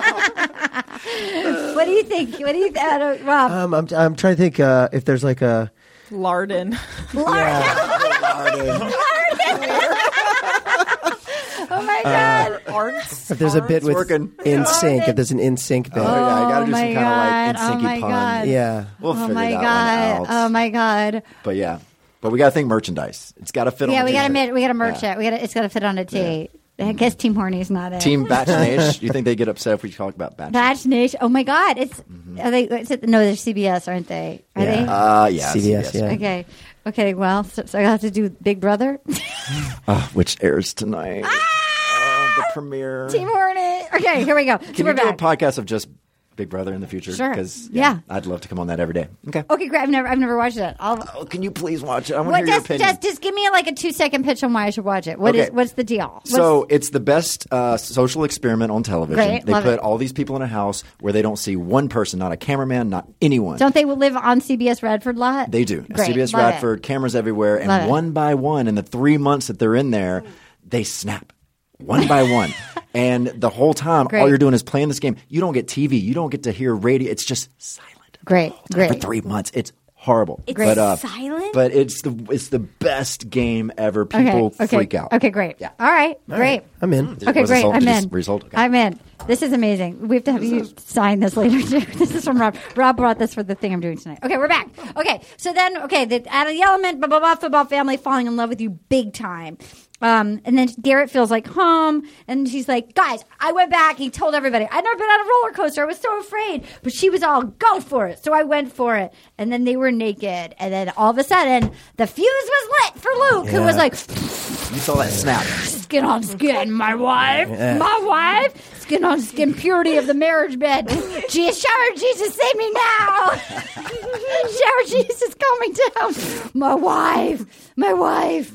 what do you think? What do you think, uh, Rob?
Um, I'm I'm trying to think uh, if there's like a
Larden.
oh my god!
Arts.
if there's a bit with
working.
in sync. If there's an in sync bit,
Oh, yeah, I got to do
my
some kind
God.
of
Oh,
like
my
insinky
God.
pun.
yeah.
We'll
oh
figure
my
that
god!
one out.
Oh my god!
But yeah, but we got to think merchandise. It's got to fit.
Yeah,
on
we
got
gotta
to
mid, we gotta merch
Yeah.
it. We gotta it's gotta fit on a tee. I guess Team Horny's not it.
Team Batch Nation. You think they get upset if we talk about Batch?
Badge Nation. Oh my God! It's are they? It's, no, they're CBS, aren't they? Are
Yeah.
they?
Uh, Mm-hmm. yeah,
CBS, yeah.
okay, okay. Well, so, so I have to do Big Brother.
Ah, which airs tonight. Oh, the premiere.
Ah! Team Horny. Okay, here we go. So
Can
we're
you do a
back.
podcast of just Big Brother in the future?
Sure.
Because
Yeah.
I'd love to come on that every day. Okay.
okay, great. I've never I've never watched it. I'll,
Oh, can you please watch it? I want
what
to hear your
just,
opinion.
just just give me like a two second pitch on why I should watch it. What is
Okay.
what's the deal? What's-
so it's the best uh, social experiment on television.
Great,
they
love
put
it.
all these people in a house where they don't see one person, not a cameraman, not anyone.
don't they live on CBS Radford lot?
They do.
Great,
CBS
love it.
Radford, cameras everywhere, and
Love it.
one by one, in the three months that they're in there, they snap. One by one. And the whole time,
Great.
all you're doing is playing this game. You don't get TV. You don't get to hear radio. It's just silent.
Great,
For
great.
three months. It's horrible.
It's silent?
But it's the it's the best game ever. People
okay, okay,
freak out.
Okay, great.
Yeah.
All right, great.
I'm in.
It
Okay,
was a
great.
sol-
I'm
it is
in.
Result. Okay.
I'm in. This is amazing. We have to have you sign this later. too. this is from Rob. Rob brought this for the thing I'm doing tonight. Okay, we're back. Okay, so then, okay, the, out of the element, blah, blah, blah, football family falling in love with you big time. Um, and then Garrett feels like home, and she's like, "Guys, I went back. He told everybody I'd never been on a roller coaster. I was so afraid, but she was all go for it, so I went for it." And then they were naked, and then all of a sudden, the fuse was lit for Luke, who was
Yeah.
like,
You saw that snap.
skin on skin, my wife, my wife. skin on skin purity of the marriage bed. Jesus, shower Jesus, save me now. shower Jesus is coming down. My wife, my wife.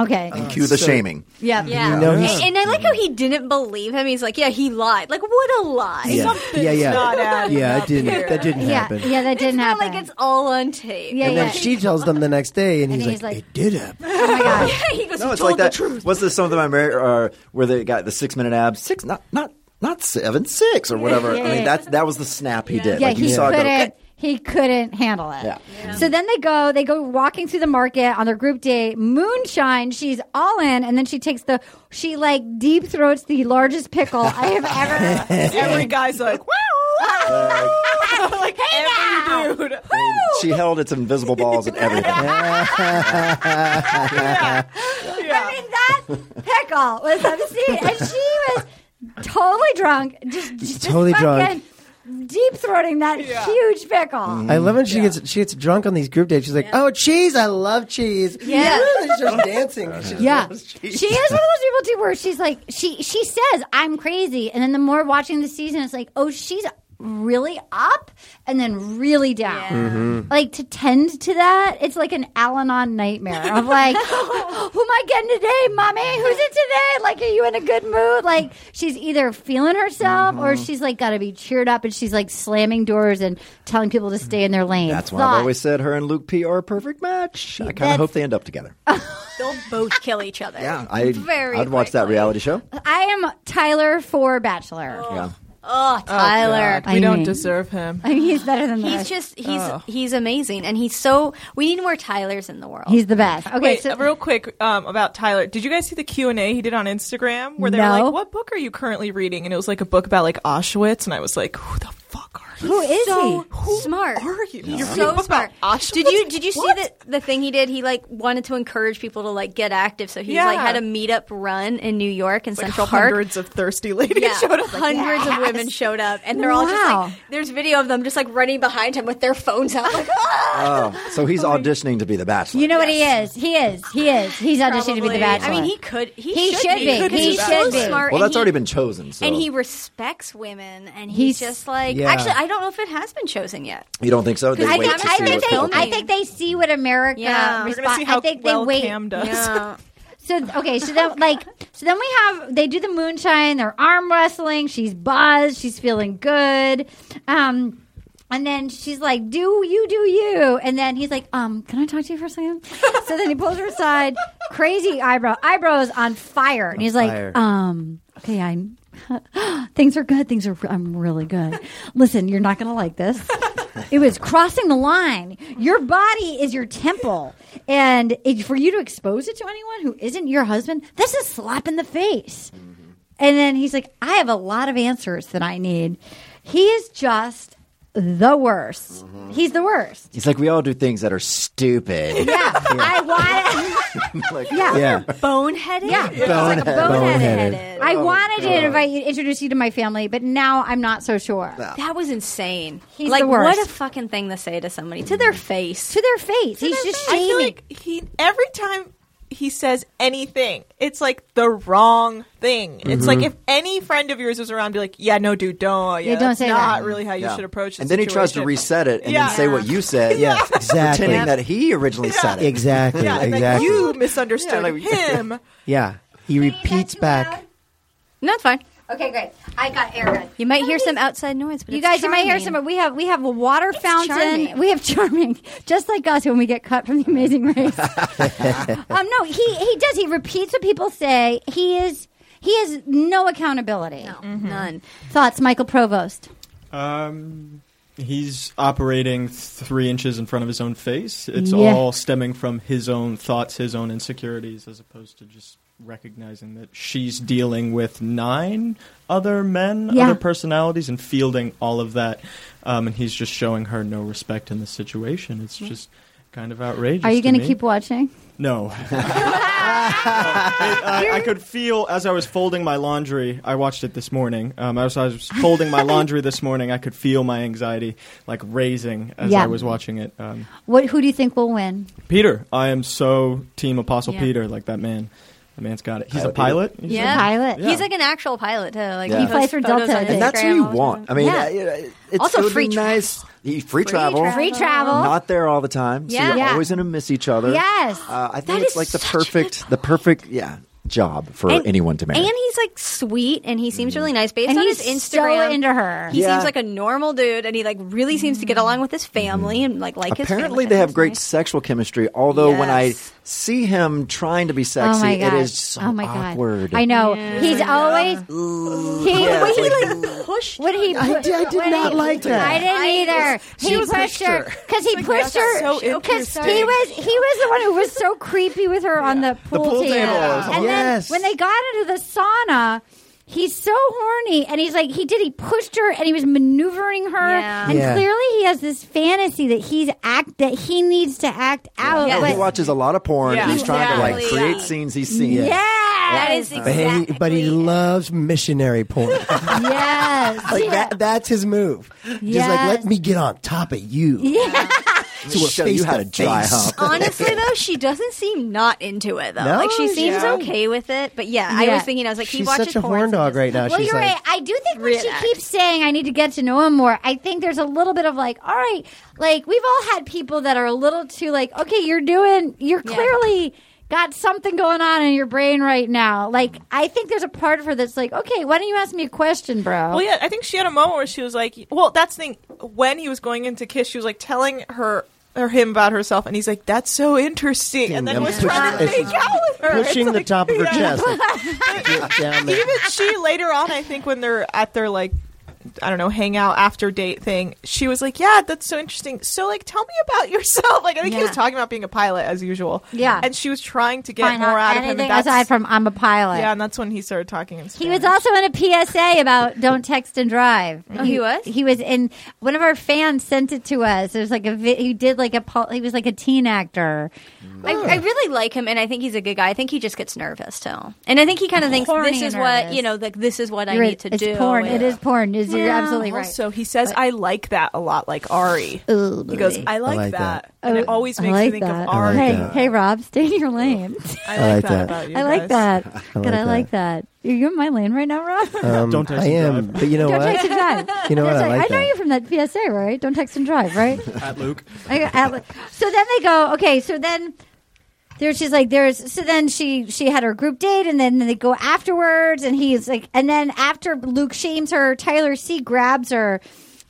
Okay.
Cue the shaming.
yeah.
Yeah.
No,
and,
he's-
and I like how he didn't believe him. He's like, yeah, he lied. Like, what a lie.
yeah, yeah, yeah,
not adding
yeah. It
up
didn't.
here.
That didn't
Yeah.
happen.
Yeah, that didn't
Not
happen.
like it's all on tape.
Yeah,
And
yeah.
then she tells them the next day, and he's,
And
like,
he's like-
"It did happen."
oh my god.
he goes,
No,
he
it's
told
like that.
the truth.
What's the something I married or where they got the six minute abs? Six, not not not seven, six or whatever. I mean, that's that was the snap he did.
Yeah,
like you
he
saw it go,
couldn't. He couldn't handle it.
Yeah.
So then they go. They go walking through the market on their group date. Moonshine. She's all in, and then she takes the. She like deep throats the largest pickle I have ever.
Every guy's like, wow. like every dude.
she held its invisible balls and everything.
I mean, that pickle was obscene, and she was totally drunk. Just, just
Totally drunk. Mm-hmm.
Deep throating that huge pickle.
I love when she gets she gets drunk on these group dates. She's like, "Oh, cheese! I love cheese."
Yeah.
Woo, she starts dancing. She just
Yeah,
loves
she
cheese.
is one of those people too, where she's like, she she says I'm crazy, and then the more watching the season, it's like, oh, she's really up and then really down.
Mm-hmm.
Like to tend to that, it's like an Al-Anon nightmare of like, who am I getting today, mommy? Who's it today? Like, are you in a good mood? Like, she's either feeling herself or
Mm-hmm.
she's like got to be cheered up, and she's like slamming doors and telling people to stay in their lane.
Mm-hmm. That's why
Thought.
I've always said her and Luke P are a perfect match. I kind
That's-
of hope they end up together.
They'll both kill each other.
Yeah, I,
Very
I'd watch that
quickly.
reality show.
I am Tyler for Bachelor.
Yeah.
Oh, Tyler.
God, we
I
don't
mean-
deserve him.
I mean, he's better than the
He's
rest.
just he's
Oh.
he's amazing, and he's so. We need more Tylers in the world.
He's the best. Okay,
Wait,
so
real quick um, about Tyler. Did you guys see the Q and A he did on Instagram where they were
No.
like, "What book are you currently reading?" And it was like a book about like Auschwitz, and I was like, "Who the fuck are you?"
who is
so
he?
smart.
are you? You're
He's
reading a
so
book about
smart.
Auschwitz?
Did you did you see
What?
the, the thing he did? He like wanted to encourage people to like get active, so he
Yeah.
like had a meetup run in New York in Central Park.
Hundreds of thirsty ladies
Yeah,
showed up. Like,
hundreds of women showed up, and they're all just
Wow.
like, there's video of them just like running behind him with their phones out, like, "Ah!"
Oh, so he's auditioning to be the Bachelor.
You know what he is? He is. He is. He's auditioned to be the
Probably.
bachelor.
I mean, he could. He,
He should be.
because
He
he's so
should be.
smart.
well,
and
that's
he-
already been chosen. So
And he respects women, and
He's-
he's, just like.
Yeah.
Actually, I don't know if it has been chosen yet.
you don't think so? They
I
wait
think,
to
I
see
think
what's
they.
going
I
on.
think they see what America.
Yeah.
We're
responds.
gonna see how
I think
well
they wait.
Cam does.
So okay, so then like so then we have they do the moonshine, they're arm wrestling, she's buzzed, she's feeling good. Um and then she's like, "Do you do you?" And then he's like, "Um, can I talk to you for a second? so then he pulls her aside, crazy eyebrow, eyebrows on fire, and he's like,
fire.
"Um, okay, I'm. things are good. Things are. I'm really good. Listen, you're not gonna like this. It was crossing the line. Your body is your temple. And it, for you to expose it to anyone who isn't your husband, that's a slap in the face. And then he's like, I have a lot of answers that I need. He is just the worst. He's the worst.
He's like, we all do things that are stupid.
Yeah. I want
Like,
Yeah.
Yeah,
Boneheaded.
Yeah.
Bonehead.
Boneheaded.
Boneheaded.
I wanted to invite you, introduce you to my family, but now I'm not so sure.
That was insane.
He's
like,
the worst.
what a fucking thing to say to somebody to their face.
To their face. He's just
I feel
shaming.
like he every time he says anything, it's like the wrong thing. It's like if any friend of yours was around, be like, "Yeah, no, dude, don't. Yeah,
don't
that's
say
not
that."
really how you
Yeah.
should approach." The
And then he tries to
situation.
reset it and
Yeah.
then say what you said.
Yes, exactly.
Pretending that he originally said it.
exactly,
Yeah, and
exactly.
Then you misunderstood him.
yeah, he repeats back.
No, it's fine.
Okay, great. I got Aaron.
You might hear some outside noise, but
You
it's
guys, you might hear
charming.
some. We have we have a water fountain.
charming.
We have charming, just like us when we get cut from the Amazing Race. um, no, he he does. He repeats what people say. He is he has no accountability. Mm-hmm.
No, none.
Thoughts, Michael Provost.
Um, he's operating three inches in front of his own face. It's
Yeah.
all stemming from his own thoughts, his own insecurities, as opposed to just recognizing that she's dealing with nine other men,
Yeah.
other personalities, and fielding all of that. Um, and he's just showing her no respect in the situation. It's just kind of outrageous.
Are you
going to
keep watching?
No. I, I could feel as I was folding my laundry. I watched it this morning. Um, as I was folding my laundry this morning, I could feel my anxiety like raising as
Yeah.
I was watching it. Um,
What? Who do you think will win?
Peter, I am so team Apostle
Yeah.
Peter, like that man. The man's got it. He's a
Pilot.
pilot. He's
Yeah.
a pilot.
He's like an actual pilot too. Like
Yeah. He
flies
posts
for
photos
Delta,
on
I think.
And that's
Instagram
who you
all the
want. I mean,
Yeah.
uh, it's
Also
it would be
free travel.
nice. Free, travel.
travel.
Free travel.
Oh. Not there all the time. So
Yeah.
you're
Yeah.
always going to miss each other.
Yes.
Uh, I think
That
it's
is
like the
such a
perfect, the perfect, yeah, job for
And-
anyone to marry.
And he's like sweet, and he seems really nice. Based
and
on
he's
his Instagram,
so into her.
He
Yeah. Mm-hmm.
seems like a normal dude, and he like really seems to get along with his family and like like his.
Apparently,
family.
they have
That's
great
nice.
sexual chemistry. Although when I
Yes.
see him trying to be
oh
sexy,
my god!
it is so
oh my god!
awkward.
I know. He's always he.
Yeah,
when
it's
he
like,
like pushed. What he?
I
put-
did- I did
when
not
he-
like that.
I didn't
I-
either.
she
he
was
pushed her
picture.
because he
Like,
pushed
that's so
her because
interesting.
he was he was the one who was so creepy with her on the pool,
pool
table.
table or
And
something.
Yes.
then when they got into the sauna. He's so horny, and he's like, he did. He pushed her, and he was maneuvering her,
Yeah.
and
Yeah.
clearly he has this fantasy that he's act that he needs to act out.
Yeah.
Oh,
but-
he watches a lot of porn.
Yeah.
And he's trying to like
Exactly.
create
Yeah.
scenes he's seen.
yes,
That is
But
exactly.
he, but he loves missionary porn.
yes,
Like that, that's his move. Just like,
Yes.
let me get on top of you.
yeah.
So we'll
Show you how to dry
face.
hump.
Honestly, though, she doesn't seem not into it though.
No,
like she
she-
seems okay with it. But yeah, I
Yeah.
was thinking, I was like, he
She's
watches
such a
porn
horn dog
sometimes.
right now.
Well,
She's
you're
like,
right. I do think when she
Relax.
keeps saying, "I need to get to know him more," I think there's a little bit of like, "All right, like we've all had people that are a little too like, okay, you're doing, you're
Yeah.
clearly got something going on in your brain right now." Like, I think there's a part of her that's like, "Okay, why don't you ask me a question, bro?"
Well, yeah, I think she had a moment where she was like, "Well, that's the thing." When he was going in to kiss, she was like telling her or him about herself, and he's like, "That's so interesting," and then
And
was
push-
trying to
it's
make out with her,
pushing
It's
the
like-
top of her
Yeah.
chest. like, get down there.
Even she later on, I think, when they're at their like. I don't know, hangout after date thing. She was like, "Yeah, that's so interesting. So, like, tell me about yourself." Like, I think he
Yeah.
was talking about being a pilot as usual.
Yeah.
and she was trying to get
Find
more out of him. and
anything
that's-
aside from I'm a pilot.
yeah, and that's when he started talking. In
He was
Spanish.
also in a PSA about don't text and drive.
Oh, he was?
He was in. One of our fans sent it to us. There's like a. vi- He did like a. pol- He was like a teen actor.
I, I really like him, and I think he's a good guy. I think he just gets nervous too, and I think he kind of thinks
Horny
this
and
is what
nervous.
you know, like this is what
You're
I
right.
need to
it's
do.
porn. It
and-
is porn. Is You're
Yeah.
absolutely right.
Also, he says, "I like that a lot," like Ari.
Ooh,
He goes,
boy.
I like,
like
that.
that.
And it always
Oh, I
makes
like
me think
that.
of Ari.
hey,
that.
hey, Rob, stay in your lane.
I,
I
like
like
that,
that.
about you.
I like
guys.
that.
like
God, I
that.
like that. You're in my lane right now, Rob.
Um,
Don't text
I
and
am,
drive.
but you know
Don't
what?
text and drive.
You know what? I like
know
that.
you from that PSA, right? Don't text and drive, right?
At Luke.
I- I- so then they go. Okay, so then there she's like there's. So then she she had her group date, and then they go afterwards, and he's like, and then after Luke shames her, Tyler C grabs her.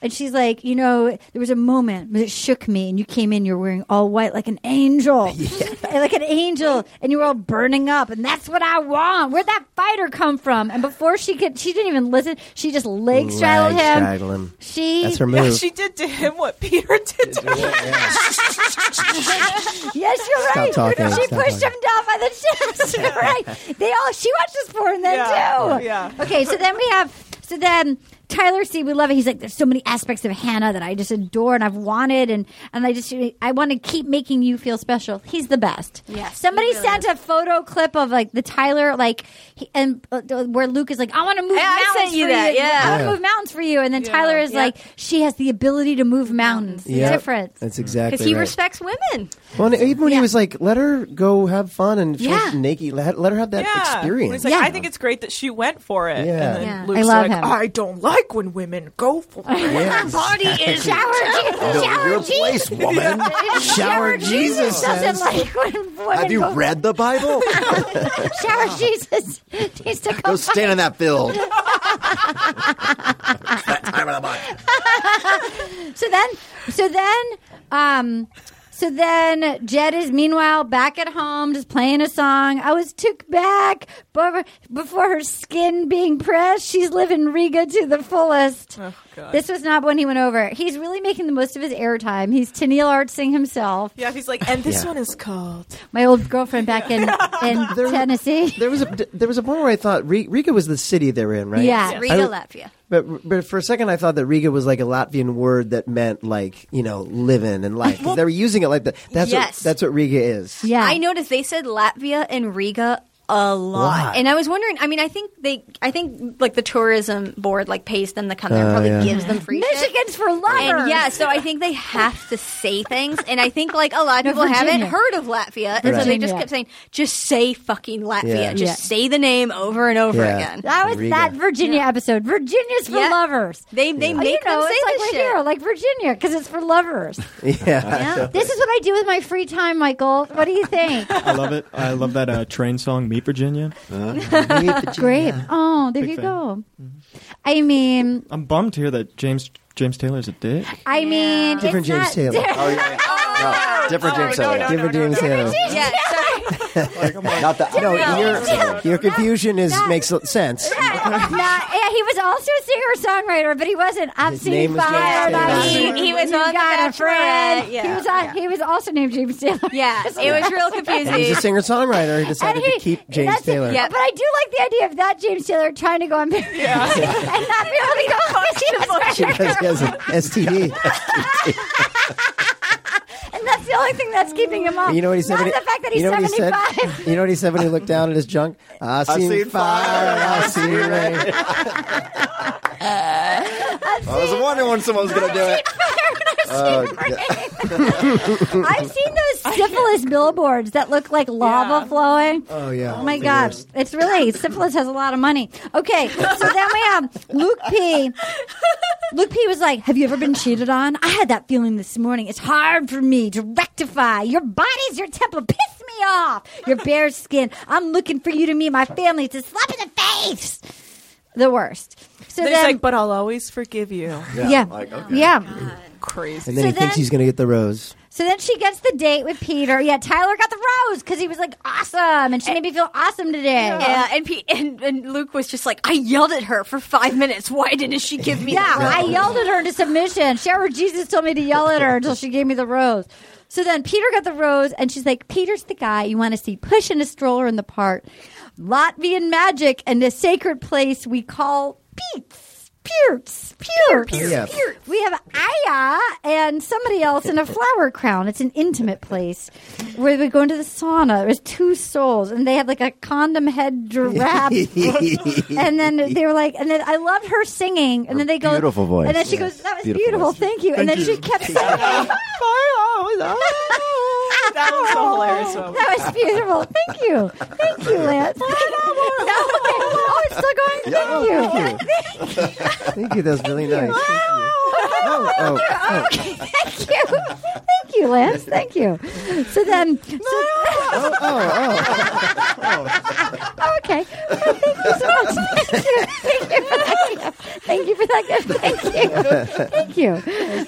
And she's like, you know, there was a moment that shook me, and you came in, you're wearing all white like an angel, like an angel, and you were all burning up, and that's what I want. Where'd that fighter come from? And before she could, she didn't even listen. She just leg straddled
Leg
him.
straddle him.
She
That's her
Yeah,
move.
she did to him what Peter did to her.
Yes, you're
Stop
right.
talking.
She
Stop
pushed
talking.
him down by the chest. You're right. They all she watches porn then
Yeah.
too.
Yeah.
Okay, so then we have so then Tyler C. We love it. He's like, there's so many aspects of Hannah that I just adore and I've wanted and and I just I want to keep making you feel special. He's the best.
Yes,
Somebody
he really
sent a photo clip of like the Tyler like he, and uh, where Luke is like, I want to move
I
mountains
sent you
for
that,
you.
yeah.
I want to
Yeah.
move mountains for you. And then Tyler is
Yeah.
like, she has the ability to move mountains. The
Yeah.
difference.
That's exactly
because he
right.
respects women.
Well, and even when
Yeah.
he was like, let her go have fun and she
Yeah.
was naked, let, let her have that
Yeah.
experience.
He's like,
Yeah.
I think it's great that she went for it.
Yeah.
And then
Yeah.
Luke's
I love
like,
him.
I don't like when women go for it.
Her body is shower.
Oh,
No,
Shower
your
Jesus.
place, woman.
Shower Jesus
doesn't
says-
like when women
Have you
go-
read the Bible?
Shower Jesus needs to
Go
come.
stand in that field. it's that time of the month.
So then, so then, um, so then Jed is meanwhile back at home just playing a song. I was took back but before her skin being pressed. She's living Riga to the fullest.
Oh, God.
This was not when he went over. He's really making the most of his airtime. He's Tennille Artsing himself.
yeah, he's like, and this
Yeah.
one is called.
My old girlfriend back in, in
There-
Tennessee.
There was a there was a point where I thought Ri- Riga was the city they're in, right?
Yeah.
Rita
I-
Latvia.
But but for a second I thought that Riga was like a Latvian word that meant like you know living and life. 'Cause they were using it like that. That's what
Yes.
that's what Riga is.
Yeah.
I noticed they said Latvia and Riga a lot.
Lot.
And I was wondering. I mean, I think they. I think like the tourism board like pays them to come there.
Oh,
and Probably
yeah.
gives them free shit.
Michigan's for lovers.
And yeah, so I think they have to say things, and I think like a lot of people
Virginia.
haven't heard of Latvia, and so they just
Virginia.
kept saying, "Just say fucking Latvia,
Yeah.
just
Yeah.
say the name over and over
Yeah.
again."
That was
Riga.
that Virginia episode. Virginia's for
Yeah.
lovers.
They they
Oh,
make
you know,
them say
it's like
this
right
shit.
here, like Virginia, because it's for lovers.
Yeah.
This is what I do with my free time, Michael. What do you think?
I love it. I love that uh, train song, Meet Virginia.
Great. Oh, there you
fan.
go.
Mm-hmm.
I mean,
I'm bummed to hear that James James Taylor's a dick.
I mean,
Different
it's not-
James Taylor.
Oh, yeah. No, different James
Oh, no,
Taylor.
no,
Different James Taylor.
Yeah, so-
Not that. No,
Your, your confusion is makes sense.
Nah, yeah, he was also a singer songwriter, but he wasn't
name
obscene
was James
fire.
Taylor.
by
He-
me.
he was
You
on The
got a
Bachelorette,
friend.
yeah.
He was on, he was also named James Taylor.
yeah, it was real confusing.
He's a singer songwriter. He decided to keep James
that's it.
Taylor.
Yeah.
But I do like the idea of that James Taylor trying to go on marriage and not be able to go on James
She does, he has an STD.
And that's the only thing that's keeping him up.
You know what he said?
Not
when he-
the fact that he's
you know what he said?
75.
You know what he said when he looked down at his junk? I seen,
seen
fire. I seen rain.
I was wondering when someone was going to do it.
I've seen those syphilis billboards that look like lava
Yeah.
flowing.
Oh yeah.
Oh my God. It's really, syphilis has a lot of money. Okay, so then we have Luke P. Luke P was like, Have you ever been cheated on? I had that feeling this morning. It's hard for me to rectify. Your body's your temple. Piss me off. Your bare skin. I'm looking for you to meet my family. It's a slap in the face. The worst. So
He's
then,
like, but I'll always forgive you.
yeah.
like, okay.
yeah.
Crazy.
And then
So
he thinks
then-
he's going to get the rose.
So then she gets the date with Peter. Yeah, Tyler got the rose because he was like awesome, and she made me feel awesome today.
yeah, and, P- and and Luke was just like, I yelled at her for five minutes. Why didn't she give me?
Yeah,
that?"
I yelled at her into submission. Shower Jesus told me to yell at her until she gave me the rose. So then Peter got the rose, and she's like, Peter's the guy you want to see pushing a stroller in the park. Latvian magic and the sacred place we call Pete's. Peerts, Peerts.
Yeah.
We have Aya and somebody else in a flower crown. It's an intimate place where we go into the sauna. There's two souls, and they had like a condom head giraffe. and then they were like, and then I loved her singing. And then they go,
beautiful voice.
And then she
Yeah.
goes, that was beautiful,
Beautiful voice.
thank you. and then she kept singing.
That was so hilarious. Well,
That was beautiful. Thank you. Thank you, Lance. Thank you. oh, it's still going. Thank you.
Thank you. That was really nice. Thank you. Oh, oh, oh.
Thank you. Thank you, Lance. Thank you. So then. So, oh,
oh,
okay. Well, thank you so much. Thank you. Thank you for that gift. Thank you for that gift. Thank you. Thank you.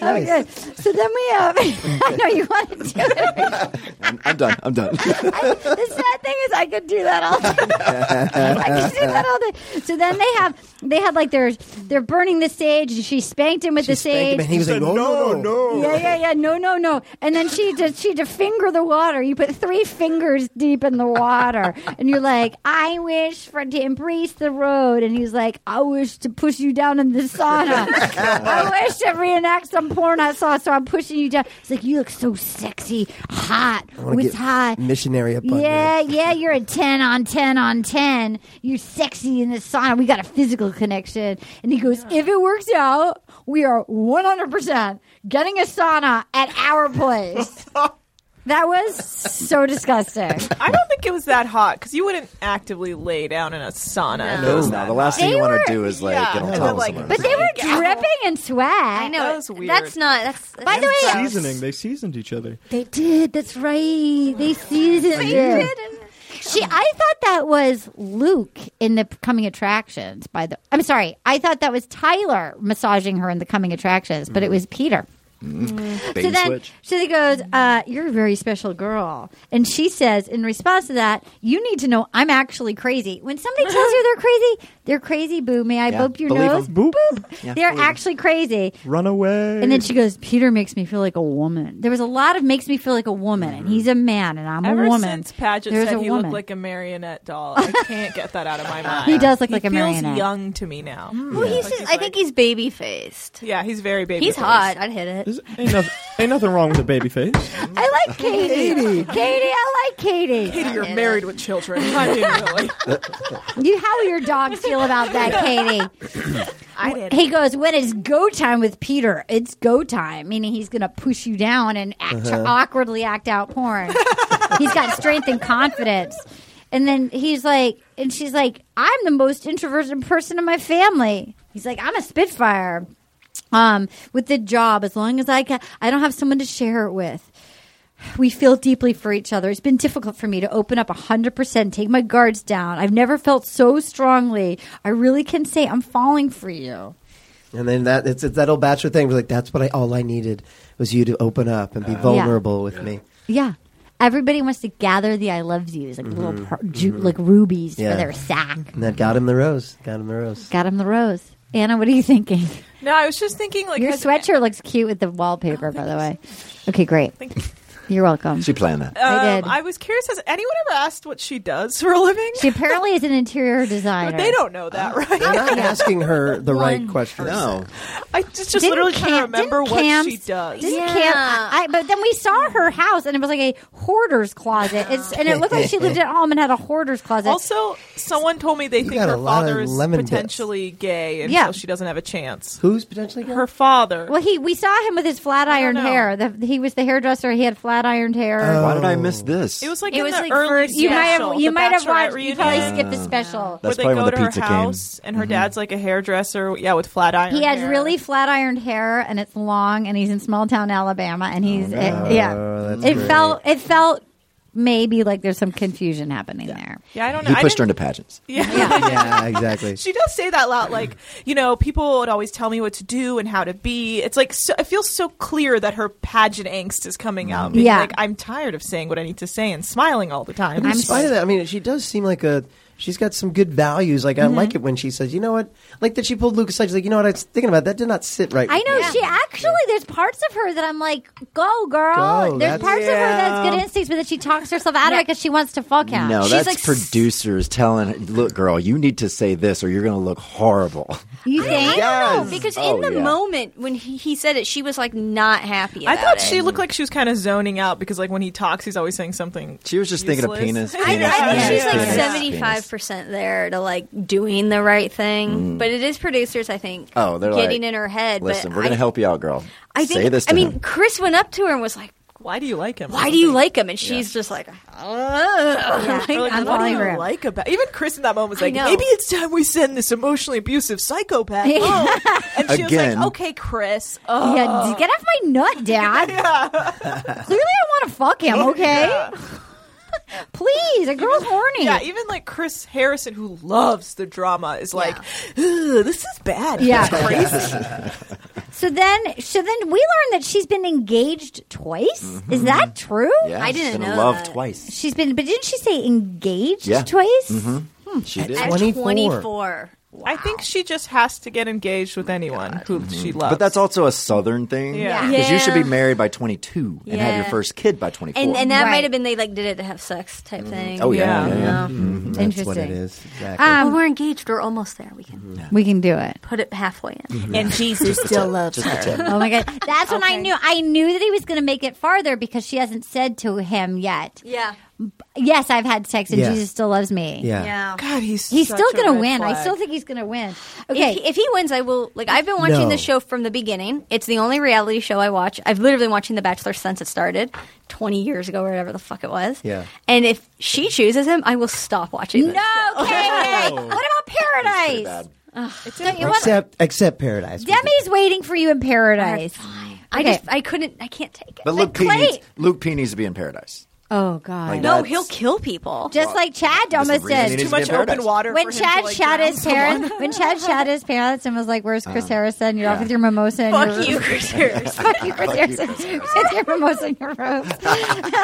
Oh, good. So then we have. I know you want to do it.
I'm, I'm done. I'm done.
I, the sad thing is, I could do that all day. I could do that all day. So then they have, they had like their, they're burning the sage, and she spanked him with the
She spanked
sage.
him and he was like, no, no, no.
Yeah, yeah, yeah. No, no, no. And then she did. She to finger the water. You put three fingers deep in the water, and you're like, "I wish for to embrace the road." And he's like, "I wish to push you down in the sauna. I wish to reenact some porn I saw, so I'm pushing you down." It's like, "You look so sexy, hot.
I wanna
Oh, it's
get
hot."
Missionary up on
Yeah,
you.
yeah, you're a 10 on 10 on 10. You're sexy in the sauna. We got a physical connection. And he goes, If it works out, we are 100% getting a sauna at our place. that was so disgusting.
I don't think it was that hot because you wouldn't actively lay down in a sauna.
No, no. The last thing
They
you want
were-
to do is like
Yeah.
get on
No,
top of
like-
someone.
But they were dripping in sweat.
I know
That was weird.
That's not. That's
By the way,
Seasoning. They seasoned each other.
They did. That's right. They seasoned it. She, I thought that was Luke in the coming attractions. By the, I'm sorry, I thought that was Tyler massaging her in the coming attractions,
Mm.
but it was Peter.
Bait
So
and
then,
switch.
so they goes, uh, "You're a very special girl," and she says in response to that, "You need to know I'm actually crazy." When somebody tells you they're crazy, they're crazy. Boo! May I
Yeah,
boop your
believe 'em.
nose?
Boop.
they're actually crazy.
Run away.
And then she goes, Peter makes me feel like a woman. There was a lot of makes me feel like a woman, and he's a man, and I'm
Ever
a woman.
since Paget
There's
said
a
he
woman.
looked like a marionette doll, I can't get that out of my mind.
He does look
He
like a
feels
marionette.
young to me now.
well, he's just, I think he's baby faced.
Yeah, he's very baby.
He's hot. I'd hit it.
There's ain't, noth- ain't nothing wrong with a baby face.
I like Katie. Katie, I like Katie.
Katie, you're married with children. I didn't really.
You, how your dogs feel about that, Katie?
I did.
He goes, when it's go time with Peter, it's go time, meaning he's going to push you down and act, awkwardly act out porn. he's got strength and confidence. And then he's like, and she's like, I'm the most introverted person in my family. He's like, I'm a Spitfire. Um, with the job, as long as I ca- I don't have someone to share it with. We feel deeply for each other. It's been difficult for me to open up 100%, take my guards down. I've never felt so strongly. I really can say I'm falling for you.
And then that it's, it's that old bachelor thing. We're like, that's what I all I needed was you to open up and be vulnerable with me.
Yeah. Everybody wants to gather the I loves yous, like little par- ju- like rubies
Yeah.
for their sack.
And that got him the rose. Got him the rose.
Got him the rose. Anna, what are you thinking?
No, I was just thinking like
Your
has-
sweatshirt looks cute with the wallpaper, by the way. Okay, great.
Oh, Thank you.
You're welcome.
She planned that.
I did.
Um, I was curious. Has anyone ever asked what she does for a living?
She Oh. apparently is an interior
But
designer.
they don't know that, right?
You're not asking her the right question.
no.
I just, just
Didn't
literally trying to
Cam-
remember
didn't
what
Cam's-
she does.
Didn't Cam- I, but then we saw her house, and it was like a hoarder's closet. It's, and it looked like she lived at home and had a hoarder's closet.
Also, someone told me they think
got a
her
lot of
father is
lemon bits.
potentially gay, and
Yeah.
so she doesn't have a chance.
Who's potentially going?
Her father.
well, he we saw him with his flat ironed
know.
hair. The, he was the hairdresser. He had flat ironed hair.
Oh.
Why did I miss this?
It was like
It
in
was
the
like
early
first-
you might have
special,
you
the
might have
Bachelorette
watched. You
reunion.
probably skipped the special.
That's
where they
probably when
go
the
to her
pizza came. Mm-hmm.
house, and her dad's like a hairdresser. Yeah, with flat iron.
He has
hair.
really flat ironed hair, and it's long, and he's in small town Alabama, and he's it- yeah.
Oh, that's
It
great.
felt it felt maybe like there's some confusion happening there.
Yeah, I don't know.
He
I
pushed her
didn't-
into pageants.
Yeah.
yeah, exactly.
She does say that a lot. Like, you know, people would always tell me what to do and how to be. It's like, so, it feels so clear that her pageant angst is coming out. being
Yeah.
Like, I'm tired of saying what I need to say and smiling all the time.
In spite of that, I mean, she does seem like a. She's got some good values. Like I like it when she says, "You know what?" Like that she pulled Lucas aside. She's like, "You know what? I was thinking about that. Did not sit right."
I
with
know
me."
she actually. There's parts of her that I'm like, go girl.
Go,
there's
that's-
parts of her that's good instincts, but that she talks herself out of it because she wants to fuck out.
No,
She's
that's
like,
producers telling her, look, girl, you need to say this or you're going to look horrible.
you
I
think?
don't know because
Oh,
in the
yeah.
moment when he, he said it, she was like not happy.
I
About
thought
it.
she looked like she was kind of zoning out because, like, when he talks, he's always saying something.
She was just thinking of
useless.
penis. penis
I, I think
penis,
she's like
penis,
seventy five
penis.
percent there to like doing the right thing, but it is producers. I think.
Mm-hmm. Oh, they're
getting
like,
in her head.
Listen,
but
we're going to
I-
help you out, girl.
I think.
say this to
I mean,
him.
Chris went up to her and was like,
Why do you like him?
"Why do you like him?" And she's just like, "Ugh."
Or, like,
I'm
what do
falling
you
for him.
like about even Chris in that moment was
I
like,
know.
maybe it's time we send this emotionally abusive psychopath home. And she was
Again.
like, okay, Chris. Oh, Ugh.
Yeah,
Oh.
d- get off my nut, Dad. Clearly, I want to fuck him. Okay, please, a girl's horny.
Yeah, even like Chris Harrison, who loves the drama, is like, "Ooh, this is bad.
Yeah.
It's crazy.
So then, so then we learned that she's been engaged twice. Is that true?
Mm-hmm. yeah,
I
she's
didn't
been
know
in love
that.
twice.
She's been, but didn't she say engaged
Yeah. Mm-hmm.
twice?
She did.
At
24.
24.
I think she just has to get engaged with anyone who she loves.
Mm-hmm. But that's also a southern thing.
Yeah.
Yeah.
Because you should be married by 22 and have your
Yeah.
first kid by 24.
And and that
Right.
might have been they like did it to have sex type thing.
oh, yeah.
Yeah.
yeah, yeah.
That's
Interesting.
what it is. Exactly.
Well,
Um,
we're engaged. We're almost there. We
Mm-hmm.
can
we can do it.
put it halfway in.
and Jesus still loves her.
Oh my god, that's when I knew. I knew that he was going to make it farther because she hasn't said to him yet.
Yeah.
Yes, I've had sex, and
Yeah.
Jesus still loves me.
yeah.
Yeah.
God, he's
He's
such
still
a
going to
red
win. I
flag.
still think he's going to win. Okay,
If he, if he wins, I will. Like I've been watching
No.
this show from the beginning. It's the only reality show I watch. I've literally been watching The Bachelor since it started, twenty years ago or whatever the fuck it was.
Yeah.
And if she chooses him, I will stop watching. this.
no,
Oh.
Kay. what about Paradise?
bad.
Don't you want?
Except except paradise. was
Demi's waiting for you in Paradise.
I
Okay.
just I couldn't. I can't take it.
But Luke P,
Clay-
needs, Luke P needs to be in paradise.
Oh God!
no,
that's-
he'll kill people.
Just like Chad almost
reason it
did.
is
too much
Paradise.
open water.
When
for him
Chad
to, like,
shot
drown
his parents, when Chad shot his parents and was like, "Where's Chris Harrison? You're off with your mimosa." And
Fuck
your
you, Chris Harrison.
Fuck you, Chris Harrison. With your mimosa and your robe.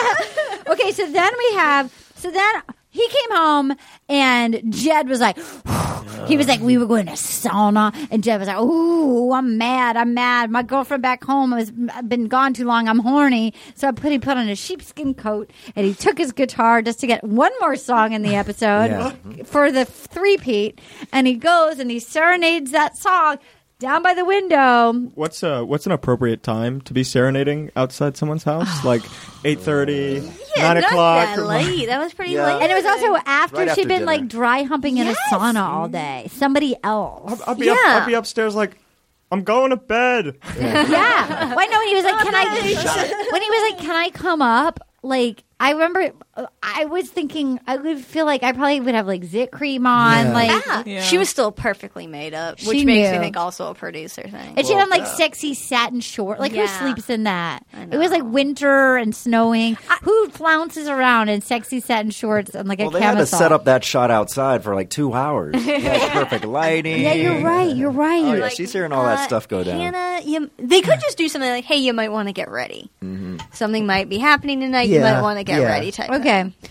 okay, so then we have. So then he came home, and Jed was like, he was like, we were going to sauna, and Jed was like, ooh, I'm mad, I'm mad. My girlfriend back home has been gone too long. I'm horny, so I put he put on a sheepskin coat, and he took his guitar just to get one more song in the episode
Yeah.
for the three-peat, and he goes and he serenades that song. down by the window.
What's uh what's an appropriate time to be serenading outside someone's house? like 8:30, 9
not
o'clock.
That late. That was pretty
Yeah.
late.
And it was also after
Right after
she'd been
dinner.
like dry humping in a sauna all
Mm-hmm.
day. Somebody else.
I'll be
Yeah.
up, I'll be upstairs like I'm going to bed.
Yeah. Why no? He was like, "Can
Oh,
I?" When he was like, "Can I come up?" Like I remember, uh, I was thinking I would feel like I probably would have like zit cream on, like,
Yeah.
Yeah.
She was still perfectly made up, which
She
makes me
knew.
think also a producer thing.
and she had on like sexy satin short. Like who
Yeah.
sleeps in that? It was like winter and snowing. who flounces around in sexy satin shorts and like
Well,
a
they
camisole?
had to set up that shot outside for like two hours. yeah, perfect lighting.
yeah, you're right. You're right.
Oh, yeah, she's hearing all that
uh,
stuff go down.
Hannah, you, they could just do something like, "Hey, you might want to get ready.
Mm-hmm.
Something might be happening tonight. you
Yeah,
might want to get
yeah.
ready." Type. thing.
Okay.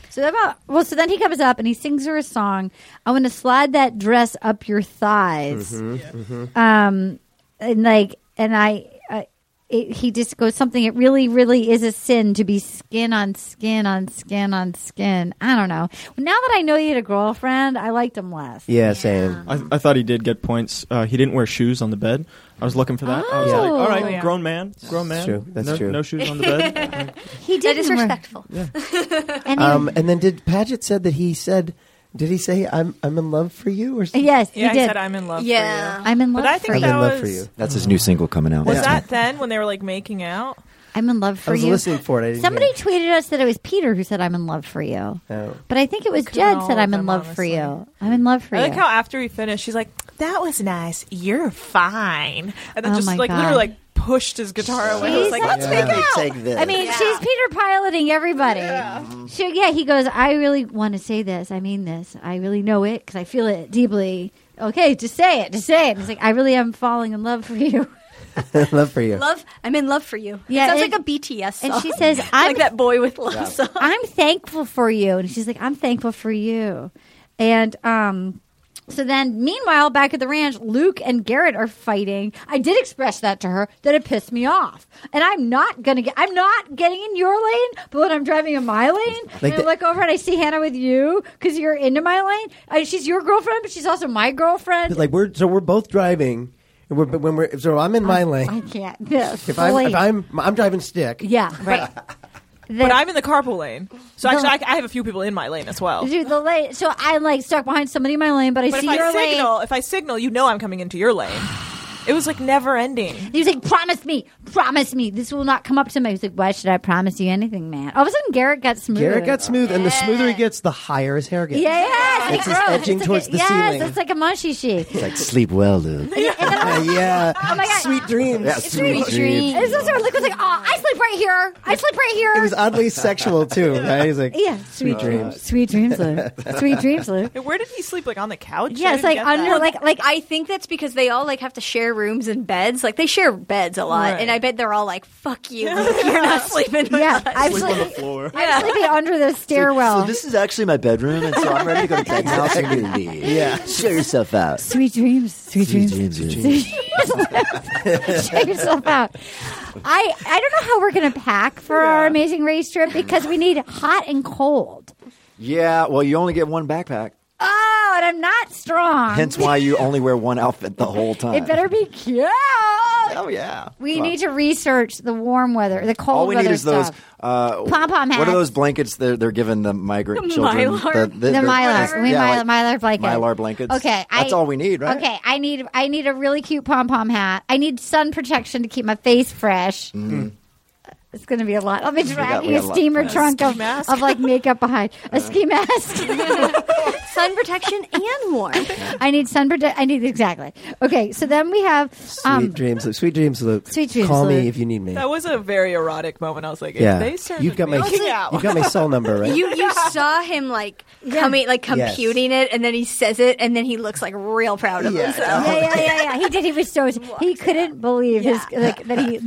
So that about well, so then he comes up and he sings her a song. I want to slide that dress up your thighs.
Mm-hmm,
Um, and like, and I, I it, he just goes something. It really, really is a sin to be skin on skin on skin on skin. I don't know. Now that I know you had a girlfriend, I liked him less.
Yeah, same.
I, I thought he did get points. Uh, he didn't wear shoes on the bed. I was looking for that. I was
Oh.
like, all right,
Oh,
yeah.
grown man, grown man.
true. That's
no,
true.
No shoes on the bed.
He did
That is respectful.
And he-
Um, and then did Paget said that he said, did he say I'm I'm in love for you or something?
yes,
Yeah,
he
I
did.
said I'm in love.
Yeah.
for you.
I'm in love
But I
for
think
you.
that
in love
was
for you.
That's his new single coming out.
was
Yeah.
that then when they were like making out.
I'm in love for
I was
you.
listening for it. I didn't
Somebody
hear.
tweeted us that it was Peter who said I'm in love for you.
Oh.
But I think it was
Look at
Jed
all
said
of
I'm in
them,
love
honestly.
for you. I'm in love for
I
you.
like how after we finished, she's like, "That was nice. You're fine," and then
Oh
just
my
like
God.
literally like pushed his guitar away. I was like,
Jesus.
"Let's
Let
make
me
out."
take this.
I mean, she's Peter piloting everybody. She, yeah, he goes, I really want to say this. I mean this. I really know it because I feel it deeply. Okay, just say it. Just say it. And It's like, I really am falling in love for you.
love for you.
Love. I'm in love for you.
Yeah,
Yeah, sounds
and-
like a BTS song.
And she says, I'm,
like that boy with love song.
I'm thankful for you. And she's like, I'm thankful for you. And, um, so then, meanwhile, back at the ranch, Luke and Garrett are fighting. I did express that to her that it pissed me off, and I'm not gonna get. I'm not getting in your lane, but when I'm driving in my lane,
Like
and
the-
I look over and I see Hannah with you because you're into my lane. I, she's your girlfriend, but she's also my girlfriend.
But, like we're so we're both driving, and we're but when we're so I'm in my lane.
I can't. This.
if I'm if
please.
I'm I'm driving stick.
yeah, right.
But I'm in the carpool lane, so actually, I, I have a few people in my lane as well.
Dude, the lane. So I'm like stuck behind somebody in my lane, but I
But
see
if I
your lane.
signal, if I signal, you know I'm coming into your lane. It was like never ending.
And he was like, promise me, promise me, this will not come up to me. He was like, why should I promise you anything, man? All of a sudden, Garrett got smooth.
Garrett got smooth, and the smoother he gets, the higher his hair gets.
Yeah, yeah.
It's just edging towards the
yes,
ceiling.
it's like a mushy sheet.
It's like sleep well, Luke.
Yeah, Uh, yeah.
my God.
Sweet dreams.
Yeah, sweet dreams.
It's also Luke was like, oh, I sleep right here. I sleep right here.
It was uh, oddly sexual too, right? He's like,
yeah, sweet
Uh,
dreams. Sweet dreams, Luke. sweet dreams, Luke.
Where did he sleep? Like on the couch?
Yeah,
I
it's
didn't
like
get that.
under, like, like
I think that's because they all like have to share rooms and beds. Like they share beds a lot,
Right.
and I bet they're all like, "Fuck you, Luke, you're not sleeping." With
yeah,
us."
I'm
Sleep on the
sleeping,
floor.
I'm sleeping under the stairwell.
So this is actually my bedroom, and so I'm ready to go to bed now. So you're gonna leave. Yeah, show yourself out.
sweet dreams, sweet, dreams.
Dreams, dreams.
Check yourself out. I I don't know how we're gonna pack for our amazing race trip because we need hot and cold.
Yeah, well, you only get one backpack.
Oh, and I'm not strong.
Hence why you only wear one outfit the whole
Um,
time.
it better be cute.
Oh yeah.
We
Come on.
need to research the warm weather, the cold
All we
weather
need is those
stuff.
uh,
Pom-pom
What
hats.
are those blankets they're, they're giving the migrant children?
Mylar.
the mylar, we
yeah,
mylar, mylar
like
blanket,
Mylar blankets.
Okay,
That's all we need, right?
Okay, I need I need a really cute pom pom hat. I need sun protection to keep my face fresh. It's going to be a lot. I'll be dragging
Mm-hmm. we
a
got a lot. Uh-huh.
steamer trunk of,
mask.
of like makeup behind a ski mask.
sun protection and warmth.
I need sun protection. I need exactly. Okay, so then we have
sweet
um,
dreams, Luke. Sweet dreams, Luke.
Sweet dreams,
Call
Luke.
me if you need me.
That was a very erotic moment. I was like, if
yeah,
they started
you've got my
making out.
you've got my cell number, right?
You you saw him like coming like
Yes.
computing it, and then he says it, and then he looks like real proud of
Yeah.
himself.
yeah, yeah, yeah, yeah. He did. He was so he couldn't believe his like that he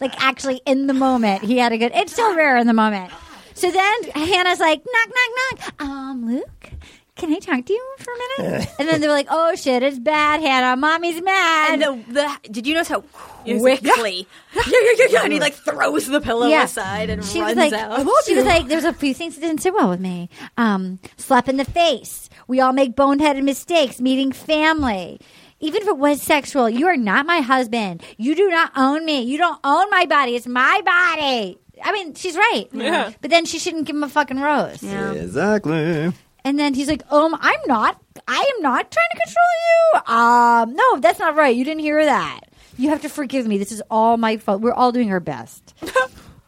like actually in the moment he had a good. It's so rare in the moment. So then Hannah's like knock knock knock. Um, Luke, can I talk to you for a minute? And then they're like, oh shit, it's bad, Hannah. Mommy's mad.
And the, the did you notice how
He was like,
quickly? Yeah, yeah, yeah, yeah. And he like throws the pillow
Yeah.
aside and
she was like,
runs out.
she was like, there's a few things that didn't sit well with me. Um, slap in the face. We all make boneheaded mistakes. Meeting family. even if it was sexual, you are not my husband. You do not own me. You don't own my body. It's my body. I mean, she's right.
Yeah.
But then she shouldn't give him a fucking rose.
Exactly.
And then he's like, um, I'm not, I am not trying to control you. Um, no, that's not right. You didn't hear that. You have to forgive me. This is all my fault. We're all doing our best.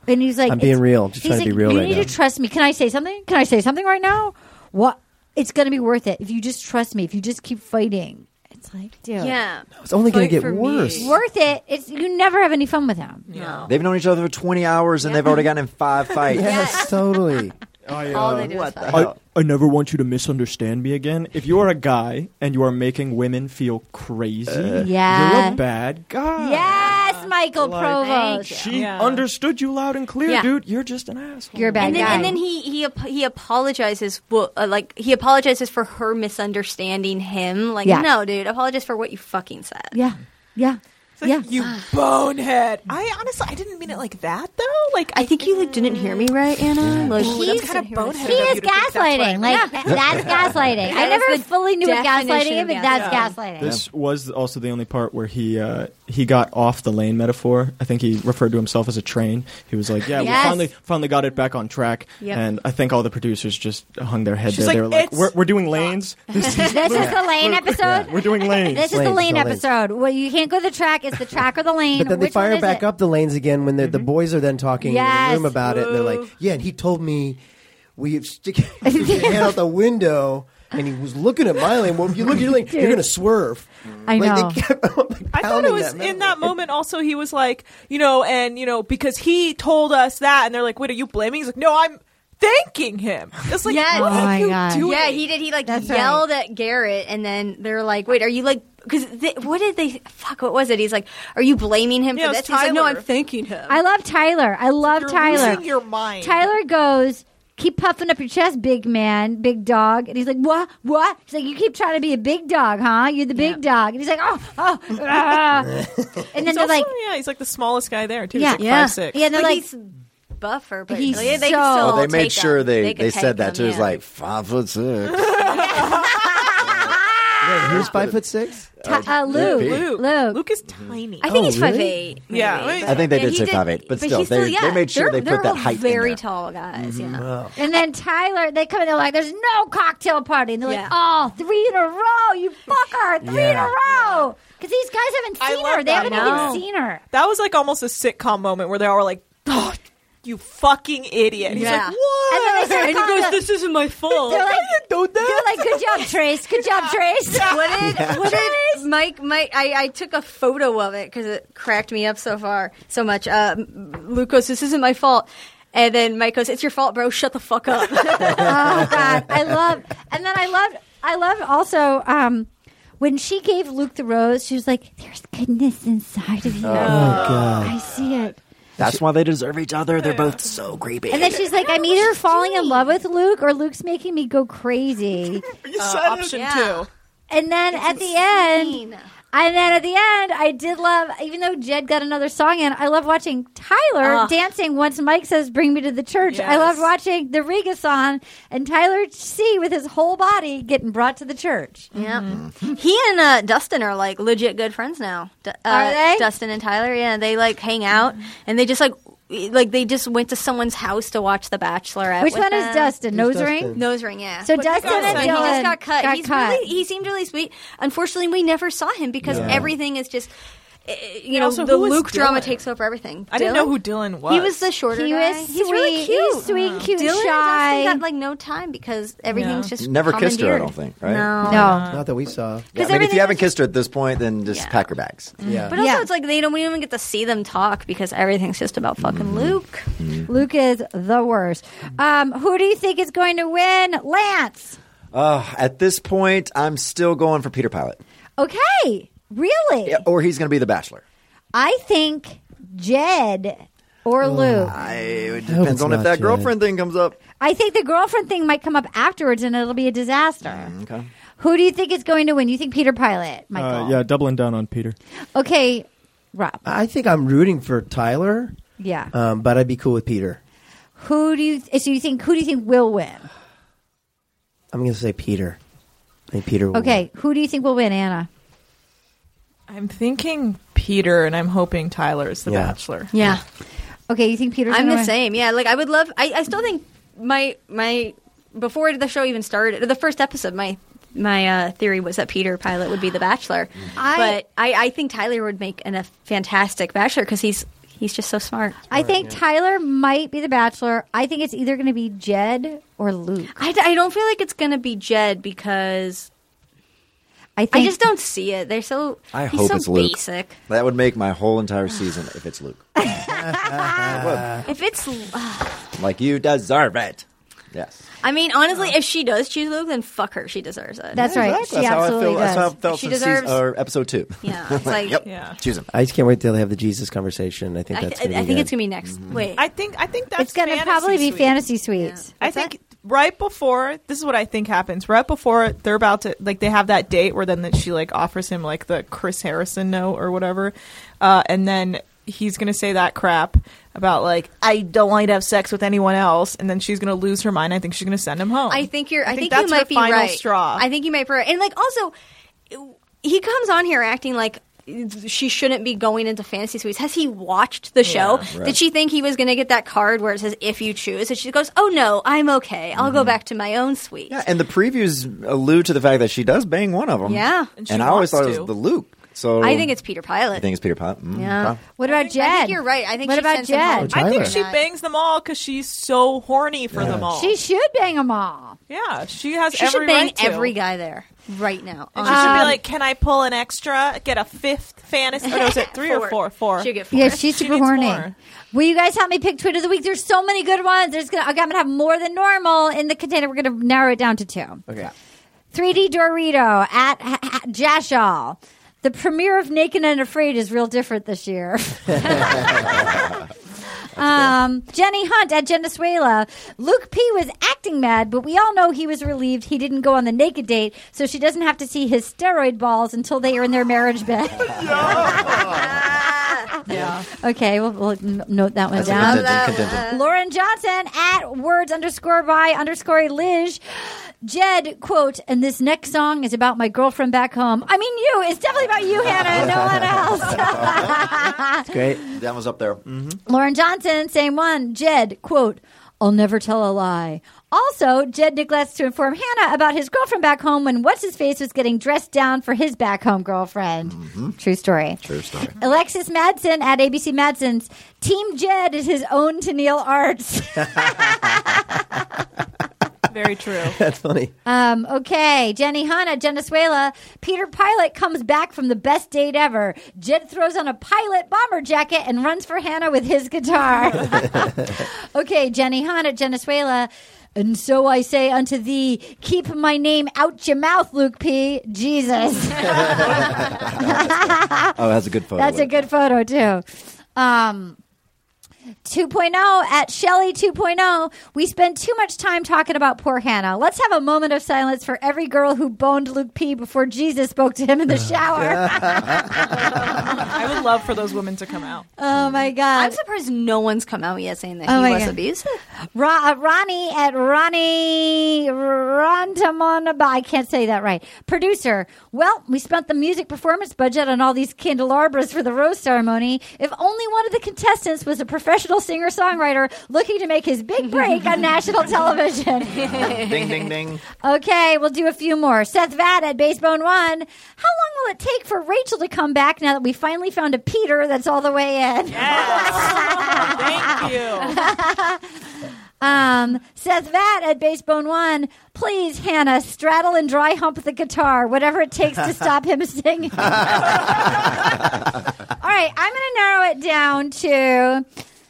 and he's like,
I'm being
it's-
real. Just
he's
trying to be
like,
real
You
right
need
now."
to trust me. Can I say something? Can I say something right now? What? It's going to be worth it if you just trust me. If you just keep fighting, it's like, dude,
Yeah.
It's only going
Fight
to
for
get
me.
worse.
worth it. It's you never have any fun with him.
They've known each other for 20 hours and they've already gotten in five fights.
Yes, totally.
All they do is fight.
I, I never want you to misunderstand me again. If you are a guy and you are making women feel crazy,
yeah.
you're a bad guy.
Yes, Michael Provost.
She
Yeah.
understood you loud and clear,
Yeah.
dude. You're just an asshole.
You're a bad
and then,
guy.
and then he he ap- he apologizes. Well, uh, like he apologizes for her misunderstanding him. Like,
Yeah.
no, dude, apologize for what you fucking said.
yeah, yeah, yeah.
You bonehead. I honestly, I didn't mean it like that though. Like,
I think you like, didn't hear me right, Anna. Like,
Ooh, that's kind of boneheaded.
He
of
is
you to think that's what I
gaslighting. Like
meant.
that's gaslighting. I
That is
never
the
fully knew what
definition
gaslighting is,
of
but that's
gaslighting.
gaslighting.
This was also the only part where he uh, he got off the lane metaphor. I think he referred to himself as a train. He was like, "Yeah,
Yes.
we finally finally got it back on track."
Yep.
And I think all the producers just hung their head
She's
there. they
like,
were like,
"It's
"We're, we're doing lanes. This is,
This is the lane episode.
we're doing lanes."
This is the
Lanes,
lane
no lanes.
episode. Well, you can't go the track. It's the track or the lane.
But then they
Which one
fire
is
back
it? Mm-hmm.
up the lanes again when they're the boys are then talking in
Yes.
the room about it, and they're like, "Yeah," and he told me we stick your hand out the window, and he was looking at my lane. Well, if you look at your lane, you're gonna swerve.
I
Like,
know.
They kept, like,
I thought
pounding
it was in
metal.
that moment. Also, he was like, you know, and you know, because he told us that, and they're like, "Wait, are you blaming?" He's like, "No, I'm thanking him." It's like,
Yes.
what
Oh
are
my
you
God.
doing?
Yeah, he did. He like
That's
yelled at Garrett, and then they're like, "Wait, are you like?" Because what did they? Fuck, what was it? He's like, "Are you blaming him
Yeah,
for
it was
this?" He's like, "No,
Tyler.
I'm thanking him."
I love Tyler. I love
You're
Tyler.
losing your mind.
Tyler goes, keep puffing up your chest, big man, big dog. And he's like, what? What? He's like, you keep trying to be a big dog, huh? You're the big dog. And he's like, oh, oh. ah." and then
He's
they're
also,
like,
yeah, he's like the smallest guy there too.
Yeah.
Yeah, he's like
Yeah.
five six.
yeah, and they're
Like,
like,
he's buffer, but
He's
they, they
so-
could still.
Oh,
Well, they made
take
sure
him.
they, they,
could
said
take
that
him,
too. It's
yeah.
like five foot six.
He was five foot six.
Ty- uh, Luke.
Luke.
Luke.
Luke.
Luke is tiny.
I think he's
really?
five eight.
Yeah, I mean-
"Oh, I think they did say
five
5'8", but still, they- they made sure they put that height in
Very
there. Mm-hmm.
tall guys. Yeah.
And then Tyler, they come in, they're like, there's no cocktail party. And they're
Yeah.
like, oh, three in a row, you fucker, three in
Yeah.
a row. Because these guys haven't
I
seen
love
her. They
that
haven't
moment.
even seen her.
that was like almost a sitcom moment where they all were like, oh, "You fucking idiot!" And he's
Yeah.
like, "What?"
And then they start calling the-
"This isn't my fault."
They're like,
do
they're like, good job, Trace. Good job, Trace.
What did, what did Mike? Mike, I, I took a photo of it because it cracked me up so far, so much. Uh, Luke goes, "This isn't my fault," and then Mike goes, "It's your fault, bro. Shut the fuck up."
oh god i love and then i loved i loved also um when she gave luke the rose she was like there's goodness inside of you Oh. i see it
That's why they deserve each other. They're both so creepy.
and then she's like i'm either falling in love with luke or luke's making me go crazy
option
Yeah.
two.
and then at the end and then at the end, I did love, even though Jed got another song in, I love watching Tyler
Ugh.
dancing once Mike says, Bring me to the church. I
Yes.
love watching the Riga song and Tyler C with his whole body getting brought to the church.
Yeah. He and uh, Dustin are like legit good friends now. D- uh,
Are they?
Dustin and Tyler, yeah, they like hang out and they just like like they just went to somene's house to watch The Bachelorette.
Which
with
one is
them.
Dustin? Nose
Dustin?
ring?
Nose ring, yeah.
So Dustin
got
and
cut.
Dylan
he just got cut.
got
He's
cut.
really he seemed really sweet. Unfortunately, we never saw him because everything is just uh, you know
also,
the
who was
Luke drama
Dylan?
takes over everything.
I didn't know who
Dylan?
Dylan was.
He was the shorter
He
guy.
was
He's really
sweet. He was
cute.
sweet and cute and
Dylan
shy.
and Dustin got like no time because everything's just
Never kissed her, I
commandeered.
don't think, right?
No.
no.
Not that we saw.
Yeah, I mean, if
everything
you haven't
was-
kissed her at this point, then just
Yeah. Mm-hmm.
pack her bags.
Yeah.
But also,
Yeah.
it's like they don't. We don't even get to see them talk because everything's just about fucking
Mm.
Luke.
Luke is the worst. Um, who do you think is going to win? Lance.
Uh, at this point, I'm still going for Peter Pilot,
Okay. Really?
Yeah, or he's going to be the Bachelor.
I think Jed or Luke.
I,
I,
it
hope
depends
it's
on if
not
that
Jed.
girlfriend thing comes up.
think the girlfriend thing might come up afterwards and it'll be a disaster.
Okay.
Who do you think is going to win? You think Peter Pilot, Michael?
Uh, yeah, doubling down on Peter.
Okay, Rob.
I think I'm rooting for Tyler,
Yeah.
Uh,
um, but I'd be cool with Peter.
who do you so you think who do you think will win?
I'm going to say Peter. I think Peter. will
Okay, who do you think will win, Anna?
I'm thinking Peter, and I'm hoping Tyler is the
Yeah.
Bachelor.
Yeah.
Okay, you think Peter's
I'm
gonna
the
win?
same. Yeah, like I would love. I, I still think my my before the show even started, or the first episode, my my uh, theory was that Peter Pilot would be the Bachelor,
I-
but I, I think Tyler would make an, a fantastic Bachelor because he's he's just so smart.
I think Tyler might be the bachelor. I think it's either going to be Jed or Luke.
I, d- I don't feel like it's gonna be Jed because
I
I
think
just don't see it. They're so
I
he's
hope
so
it's Luke.
basic.
That would make my whole entire season if it's Luke. It would.
If it's, uh,
Like you deserve it. Yes.
I mean, honestly, if she does choose Luke, then fuck her. She deserves it.
That's right.
Exactly.
She
That's how I
absolutely
feel.
does.
That's how I felt
She
since season-
deserves-
or episode two.
yeah. It's like
yep.
Yeah.
Choose him.
I just can't wait till they have the Jesus conversation. I think
I,
that's.
I,
gonna
I
be
think
good.
it's gonna be next. Wait,
I think I think that's
It's going to
fantasy
probably be
suite.
fantasy suites.
I think right before this is what I think happens. Right before they're about to like they have that date where then that she like offers him like the Chris Harrison note or whatever, uh, and then he's gonna say that crap about like I don't want you to have sex with anyone else, and then she's gonna lose her mind. I think she's gonna send him home.
I think you're. I, think, you
that's her
might be
final
right.
straw.
I think you might be right. And like also, he comes on here acting like she shouldn't be going into fantasy suites. Has he watched the show?
right.
Did she think he was going to get that card where it says "if you choose"? And she goes, "Oh no, I'm okay. I'll go back to my own suite."
Yeah, and the previews allude to the fact that she does bang one of them.
Yeah.
And
and,
she
I always
wants
thought it
to.
was the Luke. So
I think it's Peter Pilot.
I think it's Peter Pot. Mm,
Yeah.
Pot.
What about Jed?
I think you're right. I think
What
she
about
sends him
Jed?
home.
Which
I think
Tyler.
she bangs them all because she's so horny for them all.
She should bang them all.
yeah, she has
She
every
should bang
right to.
every Um, guy there right now. Uh,
And she should be like, "Can I pull an extra? Get a fifth fantasy? Oh, no, is it three or four? Four.
She'll get four.
Yeah, she's
She
super
needs
horny.
more.
Will you guys help me pick tweet of the week? There's so many good ones. There's gonna okay, I'm gonna have more than normal in the container. We're gonna narrow it down to two.
Okay.
3D Dorito at ha- ha- Jashal. The premiere of Naked and Afraid is real different this year. um, Jenny Hunt at Genesuela. Luke P was acting mad, but we all know he was relieved he didn't go on the naked date, so she doesn't have to see his steroid balls until they are in their marriage bed.
Yeah.
okay, we'll, we'll n- note that one
That's a
down.
contingent, contingent.
Lauren Johnson at words underscore by underscore Liz. Jed, quote, and this next song is about my girlfriend back home. I mean, you. It's definitely about you, Hannah, no one else.
Great.
That was up there. Mm-hmm.
Lauren Johnson, same one. Jed, quote, I'll never tell a lie. Also, Jed neglects to inform Hannah about his girlfriend back home when What's His Face was getting dressed down for his back home girlfriend. True story.
True story.
Alexis Madsen at ABC Madsen's Team Jed is his own Tennille Arts.
Very true.
That's funny.
Um, okay, Jenny Hanna, Venezuela. Peter Pilot comes back from the best date ever. Jed throws on a pilot bomber jacket and runs for Hannah with his guitar. okay, Jenny Hanna, Venezuela. And so I say unto thee, keep my name out your mouth, Luke P. Jesus.
Oh, that's a good photo.
That's a good photo too. Um 2.0 at Shelly 2.0. We spend too much time talking about poor Hannah. Let's have a moment of silence for every girl who boned Luke P before Jesus spoke to him in the shower.
I would love for those women to come out.
oh my
I'm
God.
surprised no one's come out yet saying that
Oh
he
my
was
God.
abusive.
Ra- uh, Ronnie at Ronnie Rontamonaba. I can't say that right. Producer. Well, we spent the music performance budget on all these candelabras for the rose ceremony. If only one of the contestants was a professional singer songwriter looking to make his big break on national television.
ding, ding, ding.
Okay, we'll do a few more. Seth Vatt at Basebone One. How long will it take for Rachel to come back now that we finally found a Peter that's all the way in?
Thank you.
Um, Seth Vatt at Basebone One. Please, Hannah, straddle and dry hump the guitar, whatever it takes to stop him singing. All right, I'm going to narrow it down to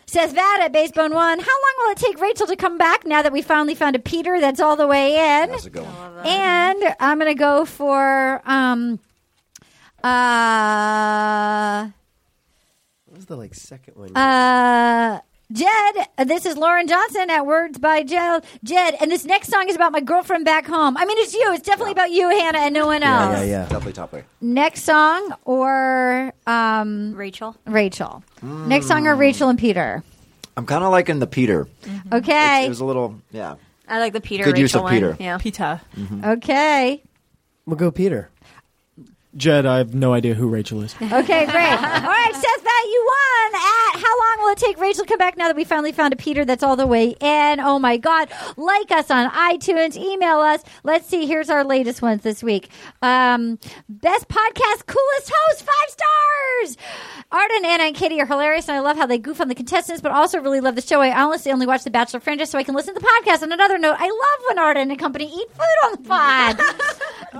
Seth Vatt at Basebone One. How long will it take Rachel to come back now that we finally found a Peter that's all the way in?
That's a good one.
And I'm going to go for um, uh,
What was the like second one?
uh, Jed, this is Lauren Johnson at Words by Jed. Jed, and this next song is about my girlfriend back home. I mean, it's you. It's definitely about you, Hannah, and no one else.
yeah, yeah.
Definitely top there.
Next song or um,
Rachel.
Rachel. Next song or Rachel and Peter.
I'm kind of liking the Peter.
Okay.
It was a little, yeah.
I like the Peter.
Good
Rachel
use of
one.
Peter.
Yeah.
Pita.
okay.
We'll go Peter.
Jed, I have no idea who Rachel is.
Okay, great. all right, Seth, Matt, you won. At how long will it take Rachel to come back now that we finally found a Peter that's all the way in? Oh my God! Like us on iTunes. Email us. Let's see. Here's our latest ones this week. Um, best podcast, coolest host, five stars. Arden, Anna, and Katie are hilarious, and I love how they goof on the contestants, but also really love the show. I honestly only watch The Bachelor franchise so I can listen to the podcast. On another note, I love when Arden and company eat food on the pod.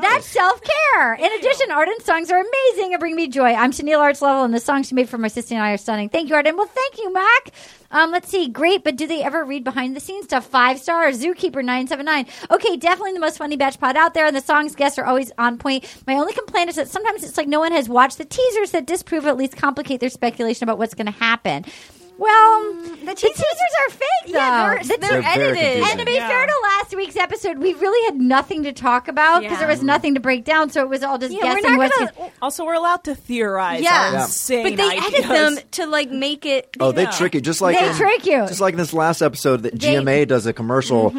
That's self care. In addition, Arden's songs are amazing and bring me joy. I'm Chanel Arts Level, and the songs she made for my sister and I are stunning. Thank you, Arden. Well, thank you, Mac. Um, let's see. Great, but do they ever read behind the scenes stuff? Five stars. Zookeeper nine seven nine. Okay, definitely the most funny batch pod out there, and the songs guests are always on point. My only complaint is that sometimes it's like no one has watched the teasers that disprove or at least complicate their speculation about what's going to happen. Well, the teasers, are fake, though.
Yeah,
The
they're, they're,
They're very
edited.
confusing.
and to be fair to last week's episode, we really had nothing to talk about because
Yeah.
there was nothing to break down, so it was all just
Yeah, we're
guessing.
not
what's
gonna-
Also, we're allowed to theorize.
Yeah.
our
Yeah.
insane
But they edit
ideas.
them to like make it.
Oh, they trick you just like
They trick you.
just like in this last episode that
They-
GMA does a commercial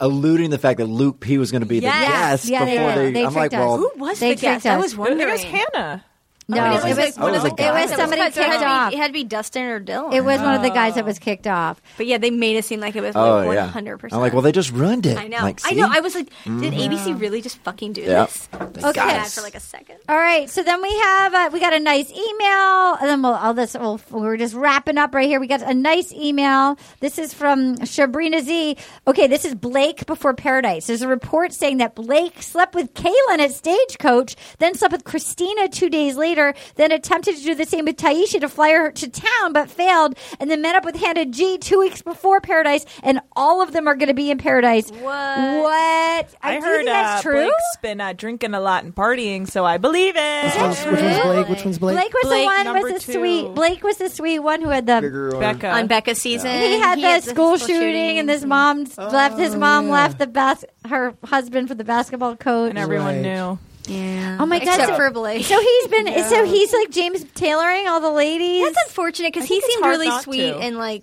alluding the fact that Luke P was going to be the
Yes.
guest
Yeah, they
before
did.
they.
They
I'm like,
tricked us.
well,
Who was
They
the guest?
tricked us.
I was
It
wondering.
was Hannah.
no,
It was,
it was
like, one
oh,
of
it was a
the
guy.
guys
It was
that
somebody
cut, so it had
kicked
to be-
off.
It had to be Dustin or Dylan.
It was one of the guys that was kicked off.
But yeah, they made it seem like it was
oh
like
yeah.
100%.
I'm like, well, they just ruined it.
I know.
Like,
I know.
see?
I was like, did ABC really just fucking do
Yeah.
this?
They
Okay.
got
Sad
us.
for like a second.
All right, so then we have uh, we got a nice email, and then we'll all this. We'll, we're just wrapping up right here. We got a nice email. This is from Shabrina Z. Okay, this is Blake before Paradise. There's a report saying that Blake slept with Kaylin at Stagecoach, then slept with Christina two days later, then attempted to do the same with Taisha to fly her to town, but failed, and then met up with Hannah G two weeks before Paradise, and all of them are going to be in Paradise. What? What? I,
I
do you
heard
think that's
uh,
true.
Blake's been uh, drinking a lot and partying, so I believe
Which one's,
it.
which one's Blake? Which one's Blake?
Blake was
Blake
the one
number
was the
two.
sweet. Blake was the sweet one who had the.
Bigger or-
Becca.
On Becca's season,
He had the school shooting, and his mom left. His mom
yeah.
left the bas- her husband for the basketball coach.
and
Right.
everyone knew.
Yeah.
Oh my God,
Except
so-
for Blake.
So he's been. So he's like James tailoring all the ladies.
That's unfortunate because he
think it's
seemed
hard
really
not
sweet
to.
and like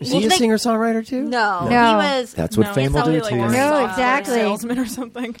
Is
Well,
he a
they-
singer songwriter too?
no,
No.
he was.
That's what
No,
fame will
somebody,
do
like,
to you.
works
No,
on a
exactly.
Salesman or something.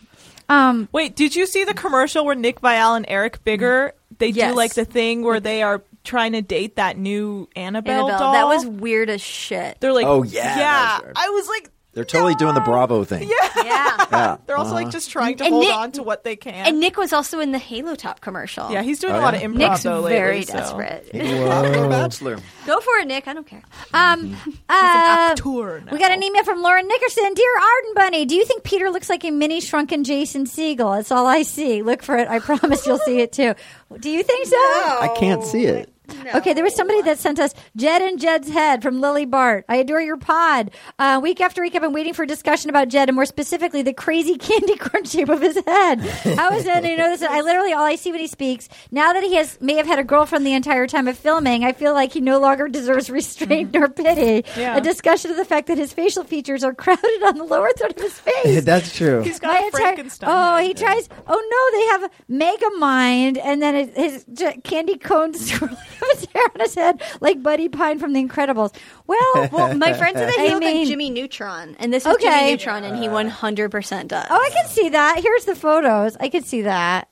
um.
Wait, did you see the commercial where Nick Vial and Eric Bigger they
Yes.
do like the thing where they are trying to date that new Annabelle,
Annabelle.
doll?
That was weird as shit.
They're like,
Oh, yeah,
yeah.
that was-
I was like,
They're totally doing the
no.
Bravo thing.
yeah.
Yeah.
They're also like just trying to
And
hold
Nick-
on to what they can.
And Nick was also in the Halo Top commercial.
yeah, he's doing
Oh,
a lot
yeah.
of improv.
Nick's
though lately,
very
so.
desperate.
Whoa.
Bachelor.
Go for it, Nick. I don't care.
Um. Uh,
Tour.
we got an email from Lauren Nickerson. Dear Arden Bunny, do you think Peter looks like a mini shrunken Jason Siegel? That's all I see. Look for it. I promise you'll see it too. Do you think so?
I
Oh
can't see it.
Okay, there was somebody that sent us Jed and Jed's head from Lily Bart. I adore your pod. Uh, week after week, I've been waiting for a discussion about Jed and more specifically the crazy candy corn shape of his head. How is that? You know this. I literally all I see when he speaks. Now that he has may have had a girlfriend the entire time of filming, I feel like he no longer deserves restraint nor pity.
Yeah.
A discussion of the fact that his facial features are crowded on the lower third of his face.
That's true.
He's
My
got a
entire-
Frankenstein.
Oh, he tries. Oh no, they have Mega Mind, and then it, his j- candy cone swirling of his hair on his head like Buddy Pine from The Incredibles. Well,
Well, my friend said that
I
he looked
mean-
like Jimmy Neutron, and this is
Okay.
Jimmy Neutron, and he 100% does.
oh, I can see that. Here's the photos. I could see that.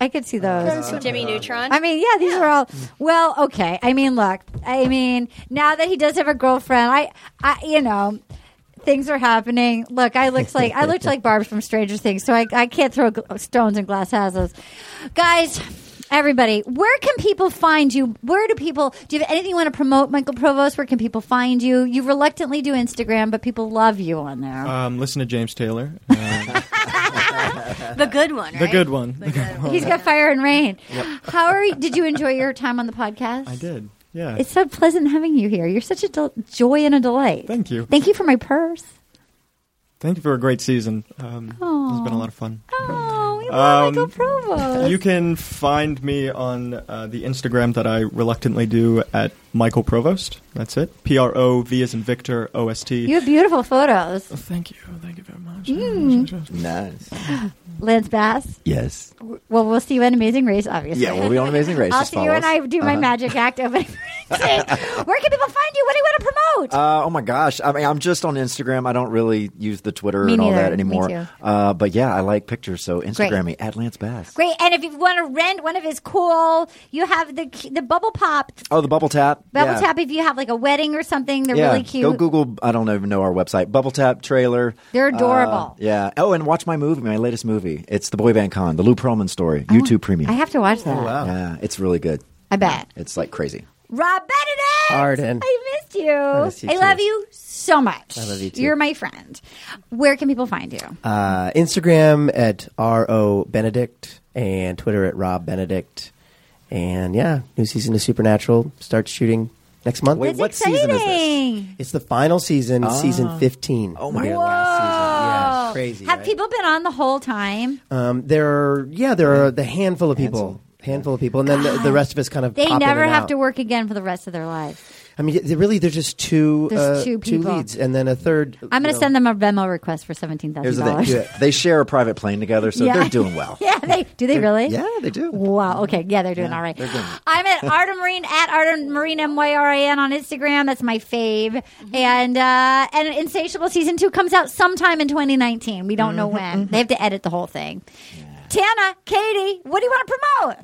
I could see those.
Jimmy Neutron.
I mean, yeah, these are all well, okay. I mean, look, I mean, now that he does have a girlfriend, I, I, you know, things are happening. Look, I looked like I looked like Barb from Stranger Things, so I, I can't throw gl- stones in glass houses, guys. Everybody, where can people find you? Where do people? Do you have anything you want to promote, Michael Provost? Where can people find you? You reluctantly do Instagram, but people love you on there.
Um, listen to James Taylor, uh,
the good one, right?
the good one.
The good one.
He's got fire and rain. How are? you Did you enjoy your time on the podcast?
I did. Yeah.
It's so pleasant having you here. You're such a del- joy and a delight.
Thank you.
Thank you for my purse.
Thank you for a great season. Um, it's been a lot of fun.
Oh, we love
love Michael Um,
Provost.
You can find me on uh, the Instagram that I reluctantly do at Michael Provost. That's it. P R O V as in Victor O S
you
T.
have beautiful photos.
Thank you. Thank you very much.
Nice.
Lance Bass.
Yes.
Well, we'll see you in Amazing Race, obviously.
Yeah, we'll be on Amazing Race.
I'll
Just
see
follow
you when
us.
I do my magic act opening. Where can people find you? What do you want to promote?
Uh, oh my gosh! I mean, I'm just on Instagram. I don't really use the Twitter
Me
and all
neither.
that
Me
anymore.
too.
Uh, but yeah, I like pictures, so Instagram me at Lance Bass.
Great. And if you want to rent one of his cool, you have the the bubble pop.
Oh, the bubble tap.
Bubble
yeah.
tap if you have like a wedding or something. They're
yeah.
really cute.
Go Google. I don't even know our website. Bubble tap trailer.
They're
Uh,
adorable.
yeah. Oh, and watch my movie, my latest movie. It's the Boy Band Con, the Lou Pearlman story, YouTube Premium.
Oh, I have to watch that.
yeah, it's really good.
I bet.
It's like crazy.
Rob Benedict!
Arden.
I missed you. I,
miss you
love
too.
you so much.
I love you too.
You're my friend. Where can people find you?
Uh, Instagram at R O Benedict and Twitter at Rob Benedict. And yeah, new season of Supernatural starts shooting next month. Ah.
Wait, what season is this?
Dang.
It's the final season, it's season 15.
Oh my
We're
God.
last season.
Oh.
Yeah, crazy.
Have
right?
people been on the whole time?
Um, there are, yeah, there are the handful of people. Handful of people, and then the, the rest of us kind of.
They
pop in
never
and
have
out.
to work again for the rest of their lives.
I mean, they- really, there's just two,
There's
uh,
two people.
leads, and then a third.
I'm going to
you know,
send them a Venmo request for seventeen
Here's
thousand
the thing.
dollars.
They share a private plane together, so
Yeah.
they're doing well.
Yeah, they do. They really?
Yeah, they do.
Wow. Okay. Yeah, they're doing all right. I'm at Artem Marine at Artem Marine M Y R I N on Instagram. That's my fave.
Mm-hmm.
And uh, and Insatiable season two comes out sometime in 2019. We don't know
Mm-hmm,
when. They have to edit the whole thing. Tana, Katie, what do you want to promote?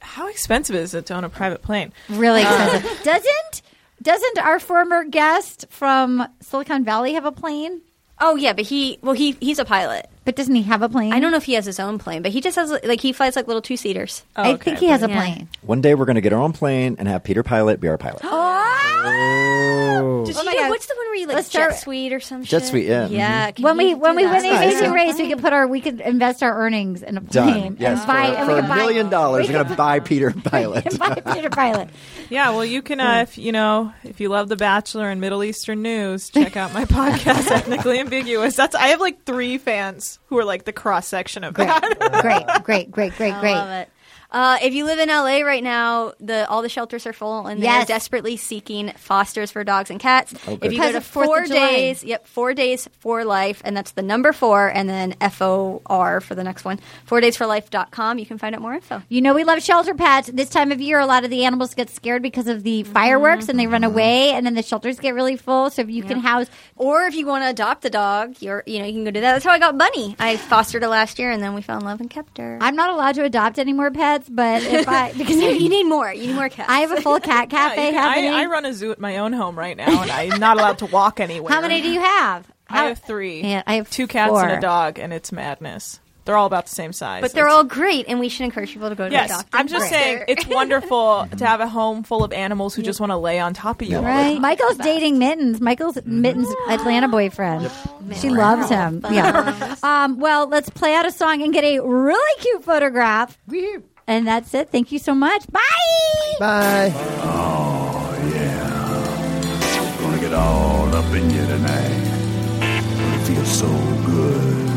How expensive is it to own a private plane?
Really
Uh.
expensive. doesn't doesn't our former guest from Silicon Valley have a plane?
Oh yeah, but he well he he's a pilot.
But doesn't he have a plane?
I don't know if he has his own plane, but he just has like he flies like little two seaters.
I think he has a
Oh, Yeah.
plane.
One day we're going to get our own plane and have Peter Pilot be our pilot.
Does
Oh
he
my
do-
God.
what's the one where you like
Let's
jet
start-
suite or some
Jet
shit?
suite, yeah.
Yeah. can
when we when we
do
win
that?
the amazing
Yeah.
race, we could put our we could invest our earnings in a plane
Done. Yes,
and buy
for,
and
for
we
a
could buy-
million dollars, we're going to buy Peter Pilot.
and buy a Peter Pilot.
Yeah, well, you can, uh, if you know, if you love The Bachelor and Middle Eastern news, check out my podcast, Ethnically Ambiguous. That's I have like three fans who are like the cross section of that.
Great, great, great, great,
I love
great.
it. Uh, if you live in LA right now, the all the shelters are full, and they're
Yes.
desperately seeking fosters for dogs and cats.
Oh,
if you
Because
go to
of Fourth
four
of July.
days, yep, four days for life, and that's the number four, and then F O R for the next one. Four days for life.com. You can find out more info.
You know we love shelter pets. This time of year, a lot of the animals get scared because of the
Mm-hmm.
fireworks and they run
Mm-hmm.
away, and then the shelters get really full. So if you can house,
Or if you want to adopt a dog, you're you know you can go do that. That's how I got Bunny. I fostered her last year, and then we fell in love and kept her.
I'm not allowed to adopt any more pets, but if I because
you need more. You need more cats.
I have a full cat
Yeah, you
cafe
can-
happening.
I, I run a zoo at my own home right now, and I'm not allowed to walk anywhere.
How many do you have?
I have three.
Yeah, I have
two cats and
four.
a dog, and it's madness. They're all about the same size.
but they're
It's-
all great, and we should encourage people to go to
Yes,
adopt.
I'm just saying it's wonderful to have a home full of animals who just want to lay on top of you. all the
Right.
time.
Michael's dating Mittens. Michael's Mittens Atlanta boyfriend. She loves him. Yeah. Um, well, let's play out a song and get a really cute photograph. And that's it. Thank you so much. Bye.
Bye.
Gonna get all up in you tonight. It feels so good.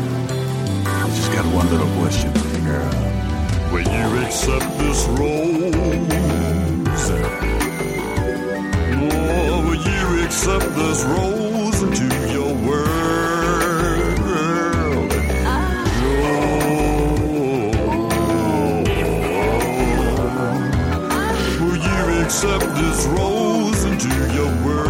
I just got one little question for you, girl. Will you accept this rose? Oh, will you accept this rose into your world? Oh, will you accept this rose into your world?